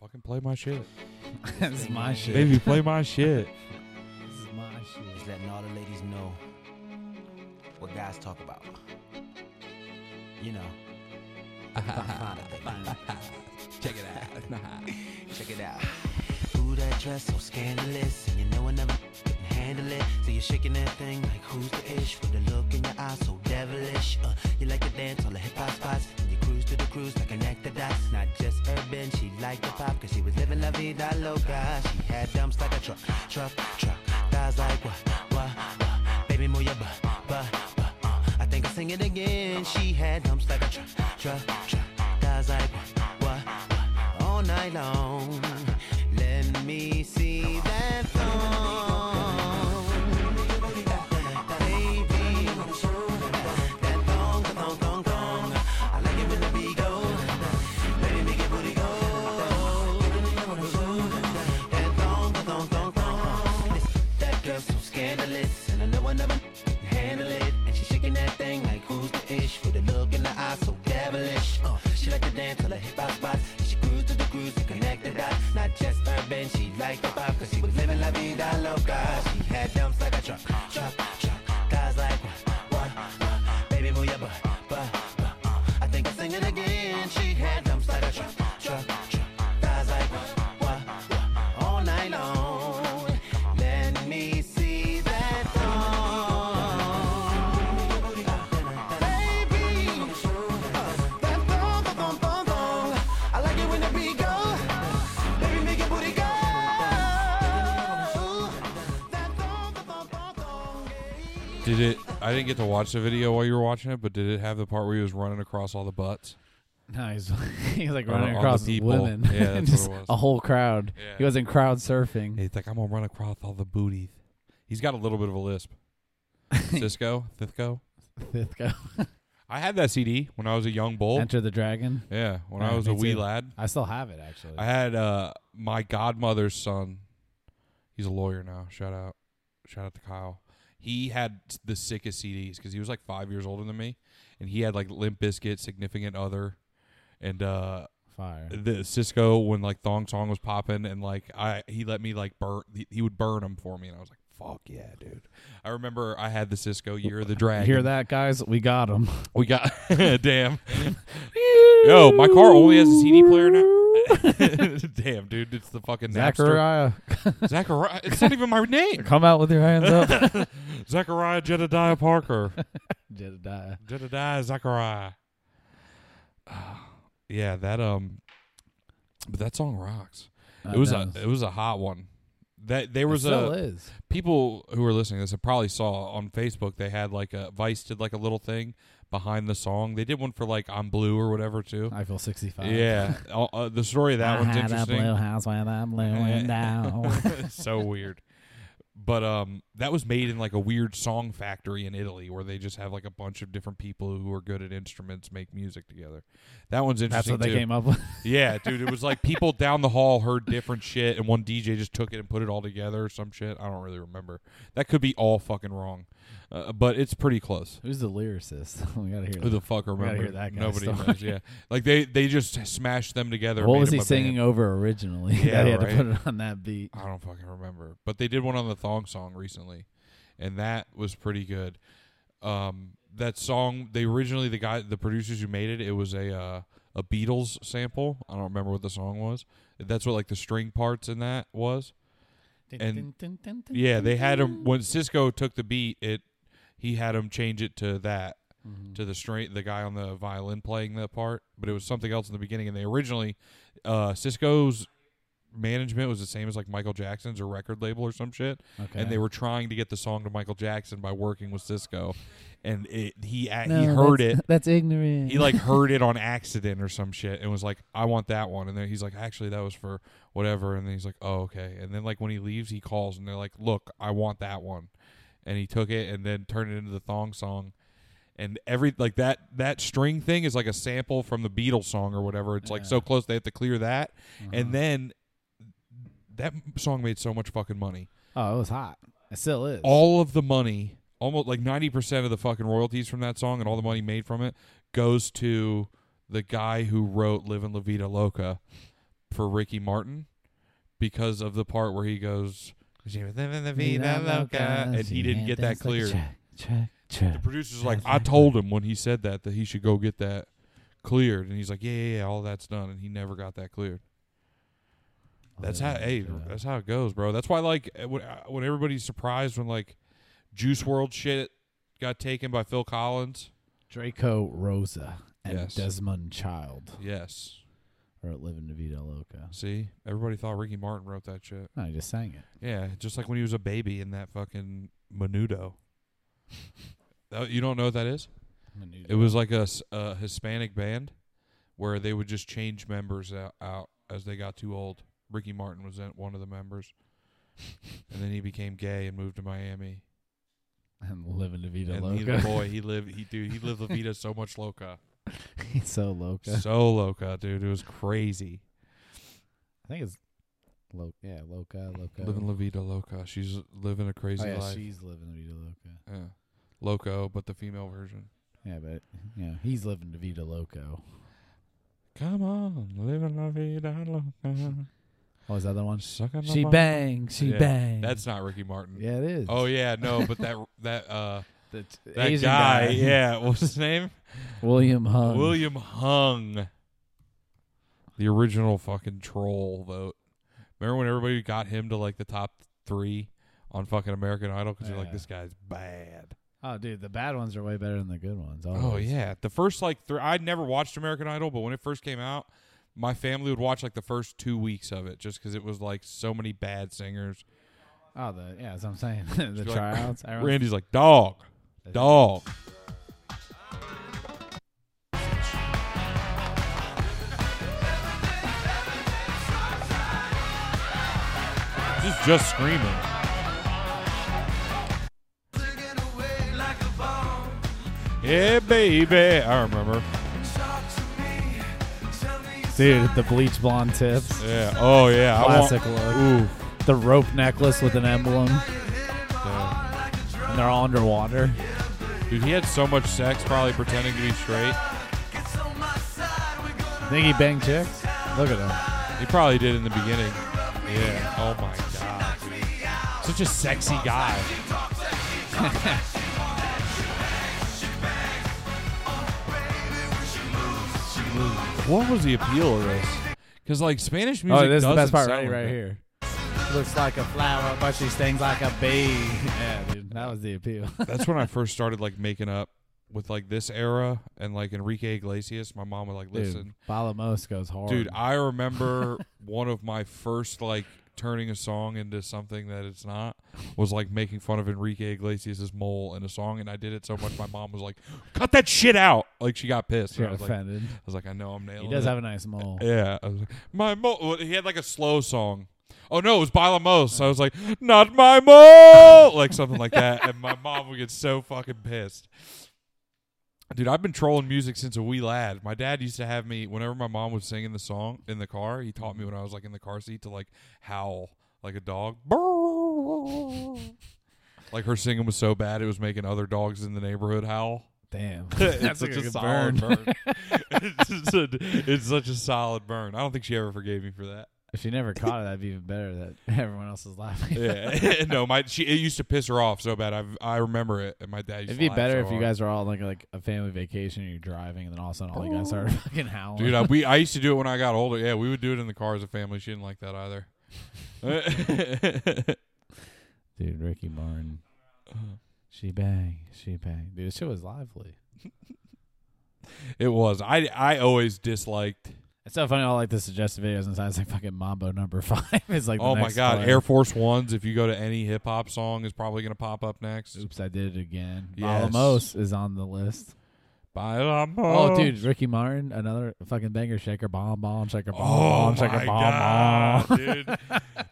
E: Fucking play my shit.
A: this is my shit.
E: Baby, play my shit.
A: This is my shit.
J: letting all the ladies know what guys talk about. You know. Check it out. Check it out. Ooh, that dress so scandalous, and you know I never can handle it. So you're shaking that thing like who's the ish? With the look in your eyes so devilish. Uh, you like to dance on the hip hop spots, and you cruise to the cruise like connect the dots. Not just urban, she liked the pop, cause she was living la vida loca. She had dumps like a truck, truck, truck. Thighs like what, what, what? Baby, move your butt, butt, butt. Uh, I think I'll sing it again. She had dumps like a truck, truck, truck. Thighs like what, what, what? all night long. Let me see that thong. Baby, that thong, that thong, thong, thong. I like it when the beat go. Baby, make your booty go. That thong, that thong, thong, thong. Listen, That girl so scandalous, and I know I never handle it. And she shaking that thing like who's the ish with a look in the eye so devilish. Uh, she like to dance to the hip hop spots. She cruise to the cruise to connect the dots. Not just urban, she like the pop cause she was living la vida loca. She had dumps like a truck, truck, truck. Guys like what, what, what? Baby move your butt, butt, butt. Uh, I think I sing it again. She had dumps like a truck, truck, truck. Guys like what, what, what? All night long. Let me see that thong. Baby, that thong, that thong, thong, thong. I like it when the beat go. Baby, make your booty go. That thong, that thong, thong, thong.
E: Did it? I didn't get to watch the video while you were watching it, but did it have the part where he was running across all the butts?
A: No, he's, he's like
E: Or
A: running
E: all
A: across
E: the people.
A: women.
E: Yeah, that's
A: And
E: what it
A: just
E: was.
A: A whole crowd.
E: Yeah.
A: He wasn't crowd surfing.
E: He's like, I'm gonna run across all the booties. He's got a little bit of a lisp. Cisco, Thithco.
A: Thithgo.
E: I had that CD when I was a young bull.
A: Enter the Dragon.
E: Yeah, when I
A: Yeah,
E: was
A: me
E: a wee
A: too.
E: lad,
A: I still have it actually.
E: I had uh, my godmother's son. He's a lawyer now. Shout out, shout out to Kyle. He had the sickest CDs because he was like five years older than me, and he had like Limp Bizkit, Significant Other, and uh,
A: Fire.
E: the Cisco when like Thong Song was popping, and like I he let me like burn. He, he would burn them for me, and I was like, "Fuck yeah, dude!" I remember I had the Cisco Year of the Dragon.
A: Hear that, guys? We got him.
E: We got damn. Yo, my car only has a CD player now. damn, dude, it's the fucking Napster.
A: Zachariah,
E: Zachariah. It's not even my name.
A: come out with your hands up.
E: Zachariah Jedediah Parker.
A: Jedediah.
E: Jedediah Zachariah. yeah, that um, but that song rocks.
A: That
E: it was a
A: does.
E: it was a hot one. That there was
A: it still
E: a
A: is.
E: people who were listening to this I probably saw on Facebook they had like a Vice did like a little thing behind the song. They did one for like I'm Blue or whatever too.
A: I feel sixty five.
E: Yeah, uh, uh, the story of that
A: I
E: one's
A: had a blue
E: interesting.
A: house with a blue window.
E: so weird. But um, that was made in like a weird song factory in Italy, where they just have like a bunch of different people who are good at instruments make music together. That one's
A: That's
E: interesting
A: what they
E: too.
A: came up with.
E: Yeah, dude, it was like people down the hall heard different shit, and one DJ just took it and put it all together or some shit. I don't really remember. That could be all fucking wrong, uh, but it's pretty close.
A: Who's the lyricist? we gotta hear.
E: Who
A: that.
E: the fuck remembers?
A: hear that guy's
E: Nobody
A: story.
E: knows. Yeah, like they they just smashed them together.
A: what
E: made
A: was
E: them
A: he
E: a
A: singing
E: band.
A: over originally? that
E: Yeah,
A: he had
E: right.
A: to put it on that beat.
E: I don't fucking remember. But they did one on the Thong Song recently, and that was pretty good. Um, that song they originally the guy the producers who made it it was a uh, a Beatles sample. I don't remember what the song was. That's what like the string parts in that was. And- Yeah, they had him when Cisco took the beat. It he had him change it to that
A: Mm-hmm.
E: to the string. The guy on the violin playing that part, but it was something else in the beginning. And they originally uh, Cisco's management was the same as like Michael Jackson's or record label or some shit.
A: Okay.
E: And they were trying to get the song to Michael Jackson by working with Cisco, and it, he a
A: No,
E: he heard
A: that's-
E: it.
A: That's ignorant.
E: He like heard it on accident or some shit and was like, I want that one. And then he's like, actually, that was for whatever. And then he's like, oh, okay. And then like when he leaves, he calls and they're like, look, I want that one. And he took it and then turned it into the thong song. And every like that that string thing is like a sample from the Beatles song or whatever. It's like so close they have to clear that. And then that song made so much fucking money
A: oh, it was hot. It still is.
E: all of the money, almost like 90% of the fucking royalties from that song and all the money made from it goes to the guy who wrote Livin' La Vida Loca for Ricky Martin because of the part where he goes, Livin' La Vida Loca, and he didn't get that cleared.
A: Check, check, check.
E: The producer's like, I told him when he said that that he should go get that cleared. And he's like, yeah, yeah, yeah, all that's done. And he never got that cleared.
A: Oh,
E: That's how hey, that's how it goes, bro. That's why like uh, when, uh, when everybody's surprised when like Juice World shit got taken by Phil Collins.
A: Draco Rosa and
E: Yes.
A: Desmond Child
E: Yes.
A: wrote "Living to Vida Loca."
E: See, everybody thought Ricky Martin wrote that shit.
A: No, he just sang it.
E: Yeah, just like when he was a baby in that fucking Menudo. That- you don't know what that is? It was like a, s- a Hispanic band where they would just change members out, out as they got too old. Ricky Martin was in one of the members, and then he became gay and moved to Miami.
A: And "Living to Vida
E: and he,
A: Loca."
E: boy, he lived. He dude, he lived La Vida so much loca,
A: He's so loca.
E: so loca, dude. It was crazy.
A: I think it's lo- yeah, loca, loca.
E: Living La Vida loca. She's living a crazy
A: oh yeah,
E: life.
A: she's living the Vida Loca.
E: yeah. Loco, but the female version.
A: Yeah, but you know, he's living the Vida Loco.
E: Come on, living La Vida loca.
A: What was the other one?
E: Sucking the
A: She
E: ball.
A: bangs, she
E: Yeah,
A: bangs.
E: That's not Ricky Martin.
A: yeah, it is.
E: Oh yeah, no, but that that uh
A: the t-
E: that
A: Asian
E: guy, yeah, what's his name?
A: William Hung.
E: William Hung, the original fucking troll vote. Remember when everybody got him to like the top three on fucking American Idol because you're like,
A: Yeah.
E: this guy's bad.
A: Oh, dude, the bad ones are way better than the good ones.
E: Oh
A: always.
E: yeah, the first like three. I'd never watched American Idol, but when it first came out, my family would watch like the first two weeks of it just because it was like so many bad singers.
A: Oh, the yeah, that's what I'm saying. the
E: Be like-
A: tryouts. everyone's-
E: Randy's like, dog, dog. This is just screaming. Yeah, baby. I remember.
A: dude, the bleach blonde tips,
E: Yeah. Oh, yeah.
A: classic
E: I want,
A: look.
E: Ooh.
A: The rope necklace with an emblem,
E: yeah.
A: and they're all underwater.
E: Dude, he had so much sex, probably pretending to be straight.
A: Think he banged chicks? Look at him.
E: He probably did in the beginning. Yeah. Oh my god. dude. Such a sexy guy. what was the appeal of this? Because like Spanish music.
A: oh, this is the best
E: doesn't
A: part right,
E: sound
A: right
E: good.
A: here. Looks like a flower, but she stings like a bee. Yeah, dude, that was the appeal.
E: That's when I first started like making up with like this era and like Enrique Iglesias, my mom would like
A: Dude,
E: listen.
A: Balamos goes hard.
E: Dude, I remember one of my first like turning a song into something that it's not was like making fun of Enrique Iglesias' mole in a song, and I did it so much my mom was like, "Cut that shit out!" Like she got pissed.
A: she
E: and I
A: got
E: was like, I
A: offended.
E: was like, "I know I'm nailing."
A: he does
E: it."
A: have a nice mole.
E: Yeah, I was like, my mole. well, He had like a slow song. Oh no, it was Balamos. I was like, "Not my mole," like something like that, and my mom would get so fucking pissed. Dude, I've been trolling music since a wee lad. My dad used to have me whenever my mom was singing the song in the car. He taught me when I was like in the car seat to like howl like a dog. like her singing was so bad it was making other dogs in the neighborhood howl.
A: Damn,
E: it's
A: That's
E: such
A: like a
E: a,
A: good
E: solid
A: burn.
E: burn. it's, just a- it's such a solid burn. I don't think she ever forgave me for that.
A: if she never caught it, that'd be even better. That everyone else is laughing.
E: Yeah, no, my she it used to piss her off so bad. I I remember it, and my dad. Used
A: It'd
E: to
A: be
E: laugh
A: better
E: so
A: if you
E: hard.
A: guys were all on, like like a family vacation and you're driving, and then all of a sudden all you guys start fucking howling.
E: Dude, I, we I used to do it when I got older. Yeah, we would do it in the car as a family. She didn't like that either.
A: Dude, Ricky Martin,
E: Uh-huh.
A: she bang, she bang. Dude, this shit was lively.
E: it was. I I always disliked.
A: It's so funny. All like the suggested videos and signs like fucking Mambo Number Five is like. the
E: oh my
A: next
E: god,
A: player.
E: Air Force Ones. If you go to any hip hop song, is probably gonna pop up next.
A: Oops, I did it again.
E: Yes.
A: Alamos is on the list.
E: Oh,
A: Oh, dude, Ricky Martin, another fucking banger. Shaker bomb bomb, shaker bomb
E: Oh
A: bomb, shaker
E: my
A: bomb
E: god,
A: bomb.
E: dude!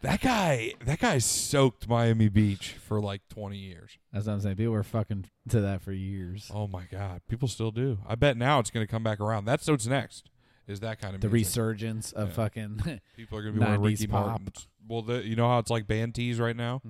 E: That guy, that guy soaked Miami Beach for like twenty years.
A: That's what I'm saying. People were fucking to that for years.
E: Oh my god, people still do. I bet now it's going to come back around. That's what's next. Is that kind of
A: the
E: music.
A: resurgence of
E: Yeah.
A: fucking
E: People are going to be wearing
A: 90s
E: Ricky
A: pop. Mm-hmm.
E: Martin's. Well, the, you know how it's like band tees right now.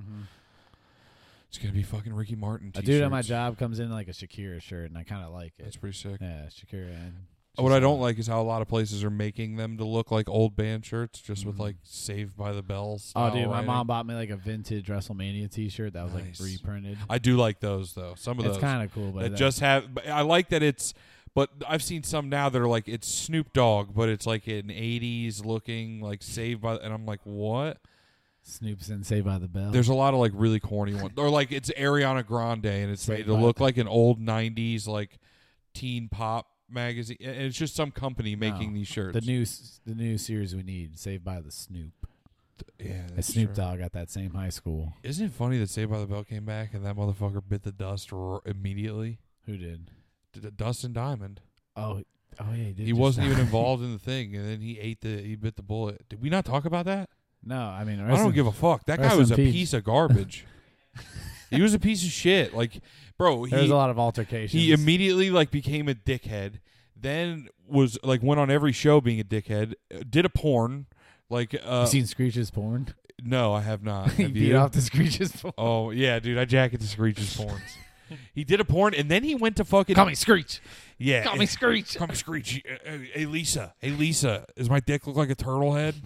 E: It's going to be fucking Ricky Martin.
A: a
E: T-shirts.
A: dude at my job comes in like a Shakira shirt, and I kind of like
E: That's
A: it.
E: pretty sick.
A: Yeah, Shakira. And
E: What I don't like is how a lot of places are making them to look like old band shirts, just with like Saved by the Bell.
A: Mm-hmm. Oh,
E: style
A: dude, my
E: writing.
A: mom bought me like a vintage WrestleMania T-shirt that was
E: Nice.
A: like reprinted.
E: I do like those though. Some of
A: It's
E: those
A: kind of cool, but
E: that
A: that-
E: just have. but I like that it's. But I've seen some now that are like it's Snoop Dogg, but it's like an '80s looking, like Saved by, and I'm like, what?
A: Snoop's in Saved by the Bell.
E: There's a lot of like really corny ones, or like it's Ariana Grande, and it's
A: Saved
E: made to
A: by-
E: look like an old '90s like teen pop magazine. And it's just some company
A: No.
E: making these shirts.
A: the new s- the new series we need. Saved by the Snoop.
E: yeah,
A: And
E: that's
A: Snoop
E: true.
A: Dogg at that same high school.
E: Isn't it funny that Saved by the Bell came back and that motherfucker bit the dust r- immediately?
A: Who did?
E: D- D- Dustin Diamond.
A: Oh, oh yeah, he did.
E: he
A: just
E: wasn't
A: die.
E: even involved in the thing, and then he ate the he bit the bullet. Did we not talk about that?
A: No, I mean,
E: I don't give a fuck. That guy
A: rest
E: was
A: in
E: a
A: peace.
E: piece of garbage. he was a piece of shit. Like, bro,
A: There's a
E: he
A: lot of altercations.
E: he immediately like became a dickhead. Then was like went on every show being a dickhead. uh, Did a porn. Like, uh,
A: you seen Screech's porn.
E: no, I have not.
A: he
E: Have
A: beat
E: you?
A: off to Screech's porn.
E: Oh yeah, dude, I jacket the Screech's porns. he did a porn, and then he went to fucking
A: Call me Screech.
E: Yeah, eh,
A: Call me Screech.
E: Call me Screech. Uh, uh, Hey Lisa, hey Lisa, does my dick look like a turtle head?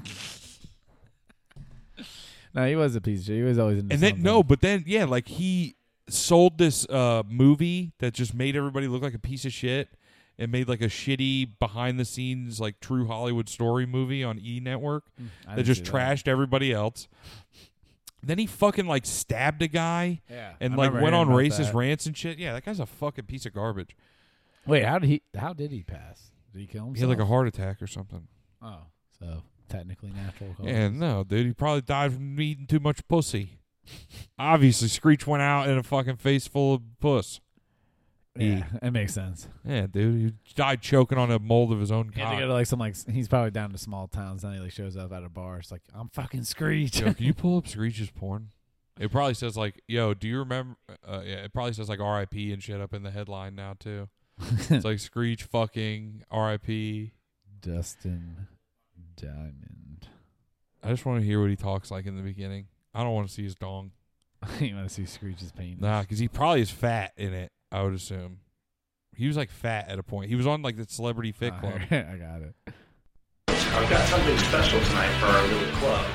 A: No, he was a piece of shit. He was always in.
E: And then no, but then yeah, like he sold this uh movie that just made everybody look like a piece of shit and made like a shitty behind the scenes like true Hollywood story movie on E Network that
A: Mm, didn't
E: just
A: see that.
E: trashed everybody else. Then he fucking like stabbed a guy
A: Yeah,
E: and
A: I
E: like
A: remember
E: went on
A: hearing about
E: racist
A: that.
E: rants and shit. Yeah, that guy's a fucking piece of garbage.
A: Wait, how did he? How did he pass? Did he kill himself?
E: He had like a heart attack or something.
A: Oh, so technically natural. cause.
E: Yeah, no, dude, he probably died from eating too much pussy. Obviously, Screech went out in a fucking face full of puss.
A: yeah, it makes sense.
E: Yeah, dude, he died choking on a mold of his own
A: He had to
E: cock.
A: go to like some like s- he's probably down to small towns. Then he like shows up at a bar. It's like I'm fucking Screech.
E: Yo, can you pull up Screech's porn? It probably says like, "Yo, do you remember?" Uh, yeah, it probably says like "R.I.P." and shit up in the headline now too. it's like Screech fucking R.I.P.
A: Dustin Diamond.
E: I just want to hear what he talks like in the beginning. I don't want to see his dong.
A: you want to see Screech's pain?
E: Nah, because he probably is fat in it. I would assume he was like fat at a point. He was on like the Celebrity Fit
A: I
E: Club.
A: got it.
I: I've got something special tonight for our little club.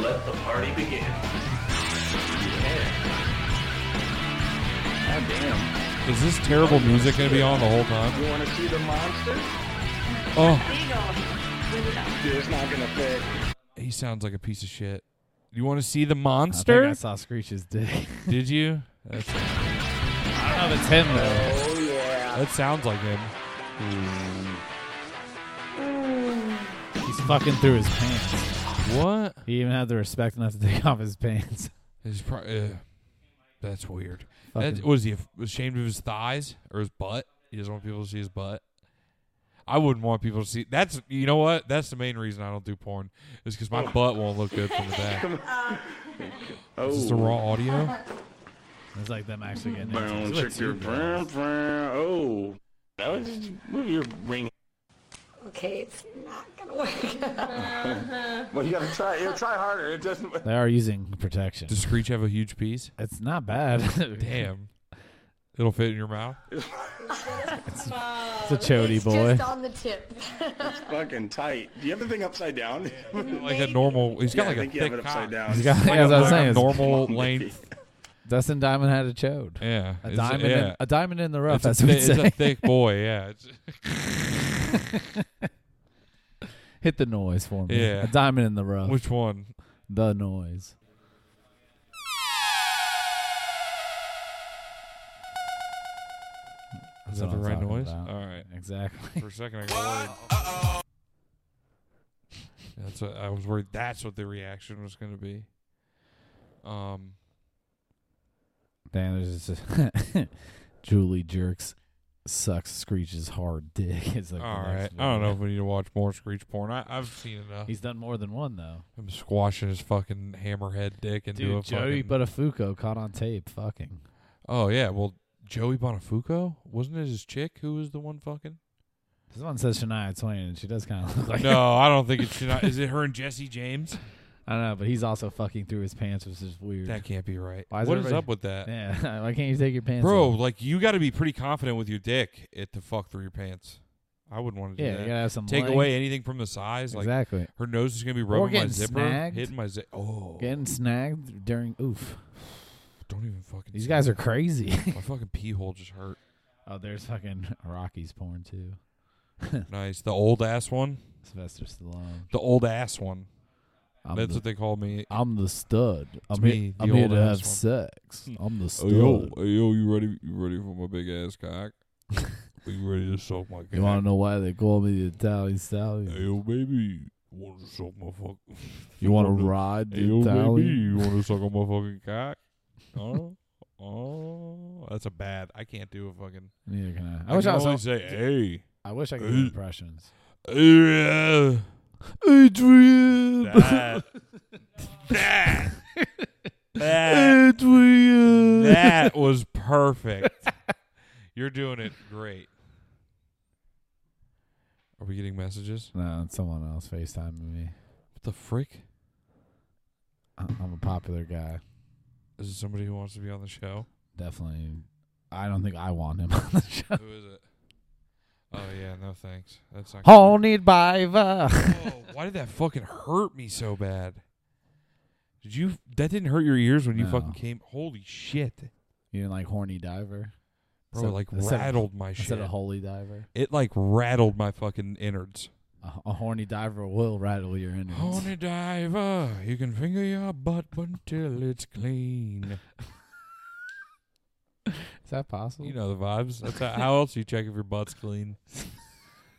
I: Let the party begin. Yeah. God damn.
E: Is this terrible music gonna be on the whole time?
I: You want to see the monster?
E: Oh,
I: It's not going to fit.
E: he sounds like a piece of shit. You want to see the
A: I, think I
E: monster?
A: saw Screech's dick.
E: Did you? That's-
A: I don't know if it's him though.
I: Oh, yeah.
E: That sounds like him.
A: He's fucking through his pants.
E: What?
A: He even had the respect enough to take off his pants.
E: It's pro- uh, that's weird. That,
A: Fucking-
E: was he af- ashamed of his thighs or his butt? He doesn't want people to see his butt. I wouldn't want people to see. That's you know what. That's the main reason I don't do porn is because my butt won't look good from the back.
I: Oh. Come on. Oh.
E: Is this the raw audio?
A: It's like them actually getting into
I: Brown,
A: it.
I: check your brown, brown. Oh, that was just move your ring.
K: Okay, it's not gonna work.
I: Well, you gotta try. You gotta try harder. It doesn't.
A: They are using protection.
E: Does Screech have a huge piece?
A: It's not bad.
E: Damn, it'll fit in your mouth.
A: It's a chody boy.
K: on the tip.
I: Fucking tight. Do you have the thing upside down?
E: Like a normal. He's got
I: Yeah, I
E: like
I: think
E: a
I: you have
E: thick
I: it upside
E: cock.
I: down.
A: He's got-
E: Like
A: as
E: a-
A: I was
E: like a
A: saying, it's-
E: normal length.
A: Dustin Diamond had a chode.
E: Yeah,
A: A
E: it's-
A: diamond,
E: yeah.
A: in, a diamond in the rough.
E: It's
A: That's
E: a,
A: what he
E: thi- it's a
A: said.
E: thick boy. Yeah. It's-
A: Hit the noise for me.
E: Yeah.
A: A diamond in the rough.
E: Which one?
A: the noise.
E: Is
A: That's
E: that
A: what
E: the
A: I'm
E: right
A: talking
E: noise?
A: about.
E: All right.
A: Exactly.
E: For a second, I got worried. That's what I was worried. That's what the reaction was going to be. Um,
A: Damn, there's just Julie jerks sucks Screech's hard dick. It's like the
E: all right.
A: next
E: I don't
A: one.
E: know if we need to watch more Screech porn. I, I've seen enough.
A: He's done more than one though.
E: I'm squashing his fucking hammerhead dick into a
A: Dude, Joey
E: fucking.
A: Buttafuoco caught on tape fucking.
E: oh yeah, well Joey Bonafuco wasn't it his chick who was the one fucking?
A: This one says Shania Twain, and she does kind of look like.
E: no, I don't think it's Shania. Is it her and Jesse James?
A: I don't know, but he's also fucking through his pants, which is weird.
E: That can't be right.
A: Why is
E: what is
A: everybody-
E: up with that?
A: Yeah, why can't you take your pants
E: Bro,
A: off?
E: like you got to be pretty confident with your dick at the fuck through your pants. I wouldn't want to do
A: Yeah,
E: that.
A: you gotta have some
E: Take
A: length.
E: away anything from the size. Like oh.
A: Exactly.
E: Her nose is gonna be rubbing my
A: getting
E: zipper,
A: snagged.
E: hitting my zip. Oh,
A: Getting snagged during oof.
E: don't even fucking.
A: These
E: say
A: guys
E: that.
A: are crazy.
E: My fucking pee hole just hurt.
A: oh, there's fucking Rocky's porn too.
E: Nice. The old ass one.
A: Sylvester Stallone.
E: The old ass one.
A: I'm
E: That's
A: the,
E: what they call me.
A: I'm the stud. I'm
E: me,
A: here,
E: the
A: I'm here
E: old
A: to have
E: ass Oh,
A: sex. I'm the stud.
E: yo, you ready? You ready for my big ass cock? Are you ready to suck my cock?
A: You want to know why they call me the Italian Stallion?
E: yo, baby, want to suck my fuck?
A: You want to ride the
E: Hey, yo, baby,
A: Italian?
E: you want to suck on my fucking cock? Oh, oh, that's a bad. I can't do a fucking.
A: Neither can I. I wish
E: can
A: I was.
E: only
A: on-
E: say, hey,
A: I wish I could do impressions.
E: uh,
A: Adrian.
E: that, that, that,
A: Adrian.
E: that was perfect. You're doing it great. Are we getting messages?
A: No, it's someone else FaceTiming me.
E: What the frick?
A: I- I'm a popular guy.
E: Is it somebody who wants to be on the show?
A: Definitely. I don't think I want him on the show.
E: who is it? Oh yeah, no thanks. That's not. good.
A: Horny diver.
E: Whoa, Oh, why did that fucking hurt me so bad? Did you? That didn't hurt your ears when you fucking
A: No.
E: came. Holy shit,
A: You didn't like horny diver?
E: bro!
A: Instead-
E: like
A: instead of-
E: rattled my shit.
A: Instead of holy diver.
E: it like rattled my fucking innards.
A: A, a horny diver will rattle your innards.
E: Honey diver, you can finger your butt until it's clean.
A: Is that possible?
E: You know the vibes. That's how, how else you check if your butt's clean.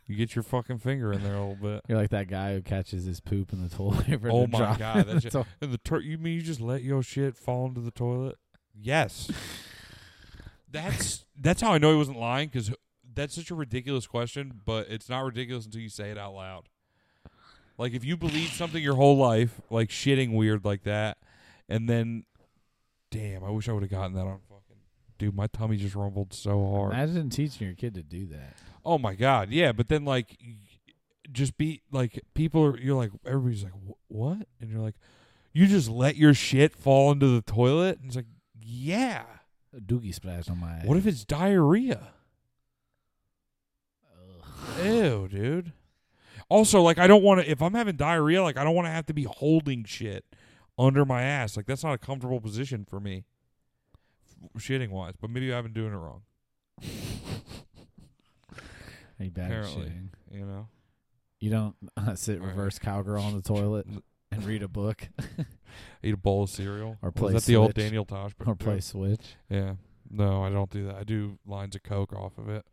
E: You get your fucking finger in there a little bit.
A: You're like that guy who catches his poop in the toilet. and
E: Oh
A: it
E: my
A: drops
E: God,
A: in
E: that
A: the
E: shit-
A: toilet.
E: And the tur- you mean you just let your shit fall into the toilet? Yes. that's that's how I know he wasn't lying because that's such a ridiculous question, but it's not ridiculous until you say it out loud. Like if you believe something your whole life, like shitting weird like that, and then, damn, I wish I would have gotten that on fucking. Dude, my tummy just rumbled so hard.
A: Imagine teaching your kid to do that.
E: Oh my god, yeah. But then like, y- just be like, people are. You're like, everybody's like, "Wh- what? And you're like, you just let your shit fall into the toilet. And it's like, yeah.
A: A doogie splash on my ass.
E: What if it's diarrhea? Ew, dude. Also, like, I don't want to. If I'm having diarrhea, like, I don't want to have to be holding shit under my ass. Like, that's not a comfortable position for me, shitting wise. But maybe I've been doing it wrong.
A: Are you bad at
E: Apparently.
A: shitting?
E: You know.
A: You don't uh, sit
E: Right.
A: reverse cowgirl on the toilet and read a book
E: Eat a bowl of cereal.
A: Or
E: Was
A: play
E: that the old
A: Switch.
E: Daniel Tosh?
A: or play Switch.
E: Yeah. No, I don't do that. I do lines of coke off of it.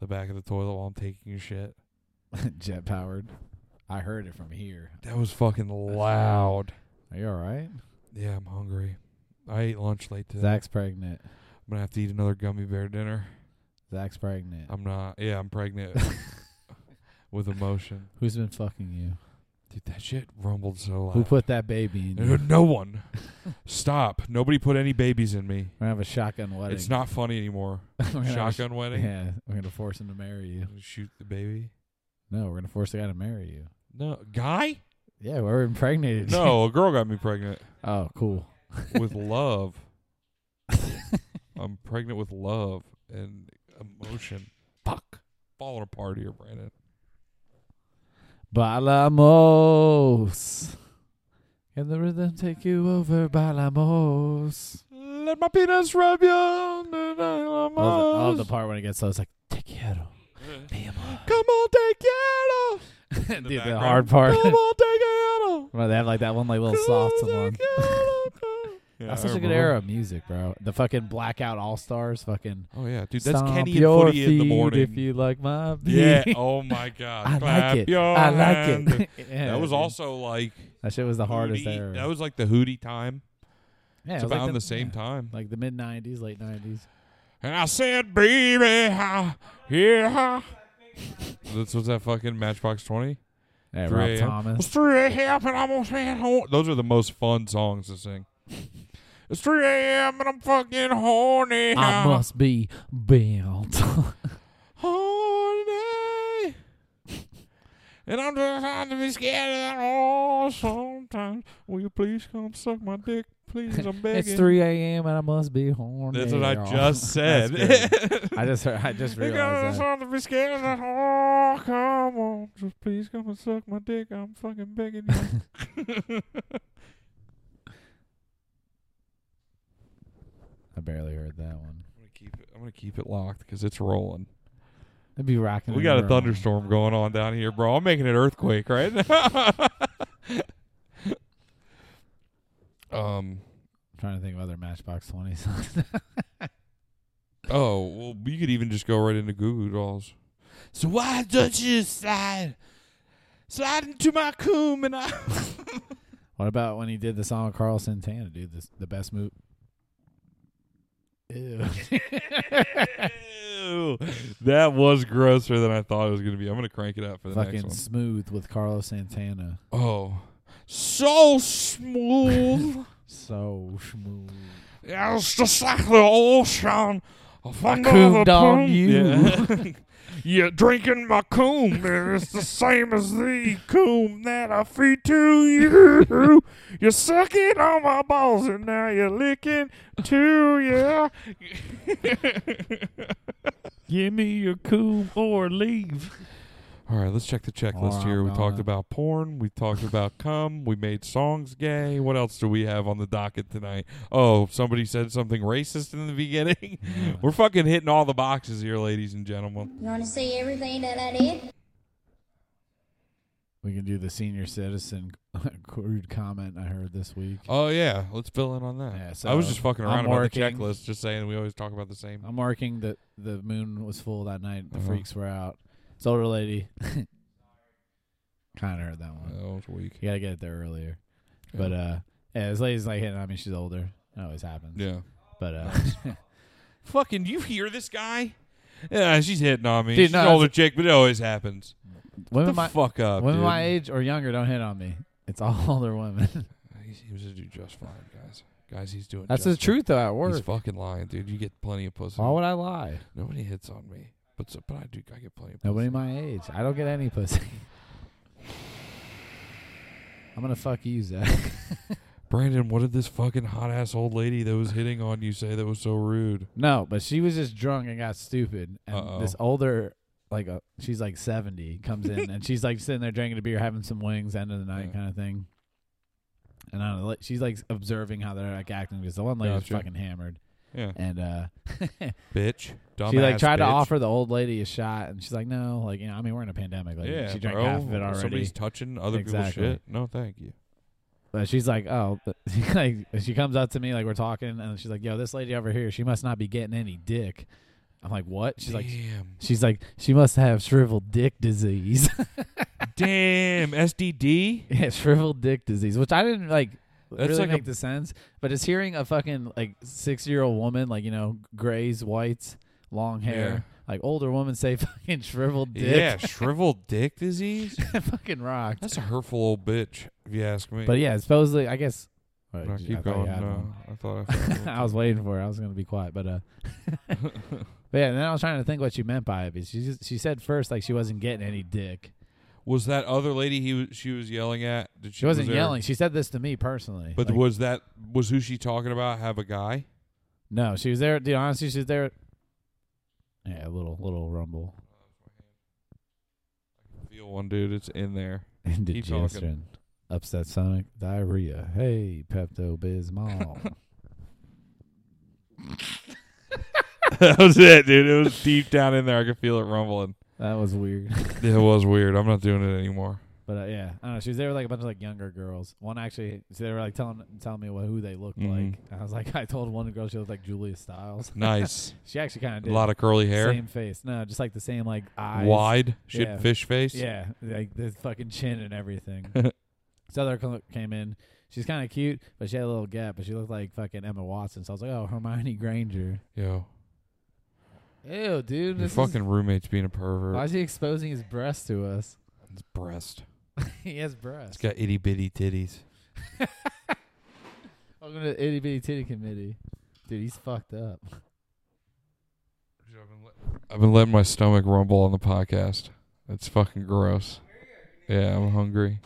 E: the back of the toilet while I'm taking a shit.
A: Jet powered. I heard it from here.
E: That was fucking loud.
A: Are you all right?
E: Yeah, I'm hungry. I ate lunch late today.
A: Zach's pregnant.
E: I'm gonna have to eat another gummy bear dinner.
A: Zach's pregnant.
E: I'm not. Yeah, I'm pregnant with emotion.
A: Who's been fucking you?
E: Dude, that shit rumbled so loud.
A: Who put that baby in? you?
E: Uh, No one. Stop. Nobody put any babies in me.
A: We're gonna have a shotgun wedding.
E: It's not funny anymore.
A: We're gonna have a sh-
E: Shotgun wedding.
A: Yeah, we're gonna force him to marry you.
E: Shoot the baby.
A: No, we're gonna force the guy to marry you.
E: No, guy.
A: Yeah, we're impregnated. you.
E: No, a girl got me pregnant
A: oh, cool.
E: with love. I'm pregnant with love and emotion. Fuck. Falling apart here, Brandon.
A: Balamos. Can the rhythm take you over, Balamos?
E: Let my penis rub you on the nail of
A: I love,
E: my
A: the, I love the
E: nose.
A: part when it gets so it's like, te quiero.
E: Come on, take it off. In
A: Dude,
E: the
A: the
E: background.
A: hard part.
E: Come on, take it off.
A: Remember, they have like that one like little soft one.
E: Yeah,
A: That's
E: I
A: such a good
E: remember.
A: era of music, bro. The fucking blackout all stars, fucking.
E: Oh yeah, dude, that's
A: Stomp
E: Kenny and
A: your
E: Footy in the
A: feet
E: morning.
A: If you like my
E: yeah.
A: beat.
E: Oh my god.
A: I like
E: Clap
A: it.
E: your
A: I like it.
E: hand.
A: Yeah,
E: that was
A: dude.
E: also like
A: that shit was the hardest
E: Hootie-
A: era.
E: That was like the Hootie time.
A: yeah,
E: it's
A: it was like
E: around the same time.
A: like the mid '90s, late '90s.
E: And I said, baby, ha, yeah. this was that fucking Matchbox 20.
A: Yeah,
E: Three
A: Rob
E: AM.
A: Thomas.
E: It's 3 a.m. and I'm on fan horn. Those are the most fun songs to sing. It's 3 a.m. and I'm fucking horny.
A: I must be built.
E: Horny. And I'm just trying to be scared of that all sometimes. Will you please come suck my dick? Please, I'm begging.
A: it's 3 a.m. and I must be horny.
E: That's what I
A: Oh,
E: just
A: that's
E: said.
A: good. I just heard, I just
E: You got
A: realized that.
E: something to be scared of that. Oh, come on. Just please come and suck my dick. I'm fucking begging you.
A: I barely heard that one.
E: I'm gonna keep it. I'm gonna keep it locked because it's rolling.
A: That'd be rocking.
E: We got a thunderstorm going on down here, bro. I'm making an earthquake right now. um.
A: trying to think of other Matchbox 20 songs.
E: Oh well, we could even just go right into Goo Goo Dolls. So why don't you slide, slide into my coom and I?
A: What about when he did the song with Carl Santana, dude? This, the best move. Ew.
E: Ew. that was grosser than I thought it was gonna be. I'm gonna crank it up for the next
A: Fucking
E: one.
A: smooth with Carlos Santana.
E: Oh, so smooth.
A: So smooth.
E: Yeah, it's just like the ocean. A thunder of
A: coomed
E: a
A: on
E: poon-
A: you.
E: Yeah. You're drinking my coom. and It's the same as the coom that I feed to you. You're sucking on my balls and now you're licking too, yeah.
A: Give me your cool or leave.
E: All right, let's check the checklist
A: Or
E: here.
A: I'm
E: We talked
A: gonna-
E: about porn. We talked about cum. We made songs gay. What else do we have on the docket tonight? Oh, somebody said something racist in the beginning. We're fucking hitting all the boxes here, ladies and gentlemen.
G: You want to see everything that I did?
A: We can do the senior citizen crude comment I heard this week.
E: Oh yeah, let's fill in on that.
A: Yeah,
E: I was
A: so
E: just fucking
A: I'm
E: around about the
A: working.
E: checklist, just saying we always talk about the same.
A: I'm marking that the moon was full that night. The
E: Uh-huh.
A: freaks were out. This older lady. kind of heard that one.
E: That was Oh, weak.
A: You gotta get it there earlier. But uh yeah, this lady's like hitting on me, she's older. It always happens.
E: Yeah.
A: But uh
E: Fucking, you hear this guy? Yeah, she's hitting on me.
A: Dude,
E: she's
A: no,
E: an
A: that's-
E: older chick, but it always happens.
A: women
E: the
A: my
E: fuck up,
A: women
E: dude.
A: my age or younger don't hit on me. It's all older women.
E: He's, he was to do just fine, guys. Guys, he's doing.
A: That's
E: just
A: the truth though at
E: Fine. He's
A: work.
E: fucking lying, dude. You get plenty of pussy.
A: Why would I lie?
E: Nobody hits on me, but so, but I do. I get plenty of pussy.
A: Nobody my age. I don't get any pussy. I'm gonna fuck you, Zach.
E: Brandon, what did this fucking hot ass old lady that was hitting on you say that was so rude?
A: No, but she was just drunk and got stupid. And
E: Uh-oh.
A: this older, like, uh, she's like 70, comes in and she's like sitting there drinking a beer, having some wings, end of the night
E: Yeah.
A: kind of thing. And I don't know, like, she's like observing how they're like acting because the one lady
E: Gotcha.
A: was fucking hammered.
E: Yeah,
A: And uh,
E: bitch, dumbass.
A: she like tried to
E: bitch.
A: offer the old lady a shot, and she's like, "No, like you know, I mean, we're in a pandemic. Like
E: yeah,
A: she drank
E: bro.
A: half of it already.
E: Somebody's touching other
A: Exactly.
E: people's shit. No, thank you.
A: But she's like, oh, but- like she comes up to me, like we're talking, and she's like, yo, this lady over here, she must not be getting any dick. I'm like, what? She's like,
E: Damn.
A: she's like, she must have shriveled dick disease.
E: Damn, SDD.
A: yeah, shriveled dick disease, which I didn't like.
E: That's
A: really
E: like a-
A: make the sense, but it's hearing a fucking like six year old woman, like you know, grays, whites, long hair, like older woman say fucking shriveled dick.
E: Yeah, shriveled dick disease.
A: fucking rocked.
E: That's a hurtful old bitch, if you ask me.
A: But yeah, supposedly, I guess. oh, all right,
E: No,
A: gee,
E: keep
A: I thought you
E: going.
A: had
E: No,
A: one.
E: I thought I fucking-
A: I was waiting for. it. I was going to be quiet, but uh, but yeah. And then I was trying to think what you meant by it. But she just, she said first like she wasn't getting any dick.
E: was that other lady he was, she was yelling at? Did she,
A: She wasn't
E: was there-
A: yelling. She said this to me personally.
E: But
A: Like,
E: was that was who she talking about? Have a guy?
A: no, she was there. Dude, honestly, she was there. Yeah, a little little rumble.
E: Feel one dude. It's in there. Keep talking.
A: Indigestion, upset stomach, diarrhea. Hey, Pepto Bismol.
E: that was it, dude. It was deep down in there. I could feel it rumbling.
A: that was weird.
E: It was weird. I'm not doing it anymore.
A: But uh, yeah, I don't know. She was there with like a bunch of like younger girls. One actually, so they were like telling telling me what, who they looked
E: Mhm.
A: like. And I was like, I told one girl she looked like Julia Stiles.
E: Nice.
A: she actually kind of
E: A
A: did.
E: lot of curly hair.
A: Same face. No, just like the same like eyes.
E: Wide? She had fish face?
A: Yeah, like the fucking chin and everything. this other girl came in. She's kind of cute, but she had a little gap. But she looked like fucking Emma Watson. So I was like, oh, Hermione Granger.
E: Yo,
A: Ew, dude.
E: your
A: This is,
E: fucking roommate's being a pervert.
A: why is he exposing his breast to us?
E: His breast.
A: he has
E: It's
A: breasts.
E: got itty bitty titties.
A: Welcome to the Itty Bitty Titty Committee. Dude, he's fucked up.
E: I've been letting my stomach rumble on the podcast. It's fucking gross. Yeah, I'm hungry.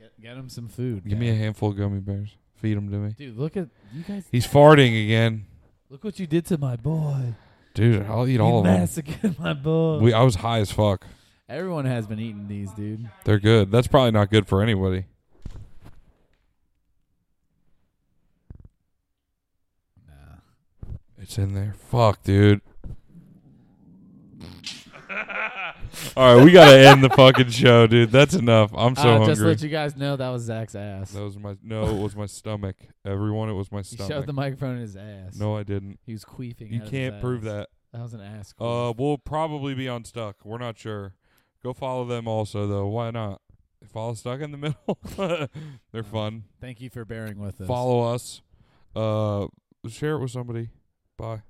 A: Get, get him some food.
E: Give me a handful of gummy bears. Feed them to me.
A: Dude, look at you guys.
E: He's farting again.
A: Look what you did to my boy.
E: Dude, I'll eat
A: You
E: all of them.
A: massacred my boy.
E: We, I was high as fuck.
A: Everyone has been eating these, dude.
E: They're good. That's probably not good for anybody. Nah. It's in there. Fuck, dude. All right, we gotta end the fucking show, dude. That's enough. I'm so
A: uh,
E: hungry.
A: Just to let you guys know that was Zach's ass.
E: That was my no. It was my stomach. Everyone, it was my
A: He
E: stomach.
A: shoved the microphone in his ass.
E: No, I didn't.
A: He was queefing.
E: You
A: out of his
E: can't prove
A: ass.
E: that.
A: That was an ass.
E: Uh, we'll probably be on Stuck. We're not sure. Go follow them also, though. Why not? Follow Stuck in the Middle. They're fun.
A: Thank you for bearing with us.
E: Follow us. Uh, share it with somebody. Bye.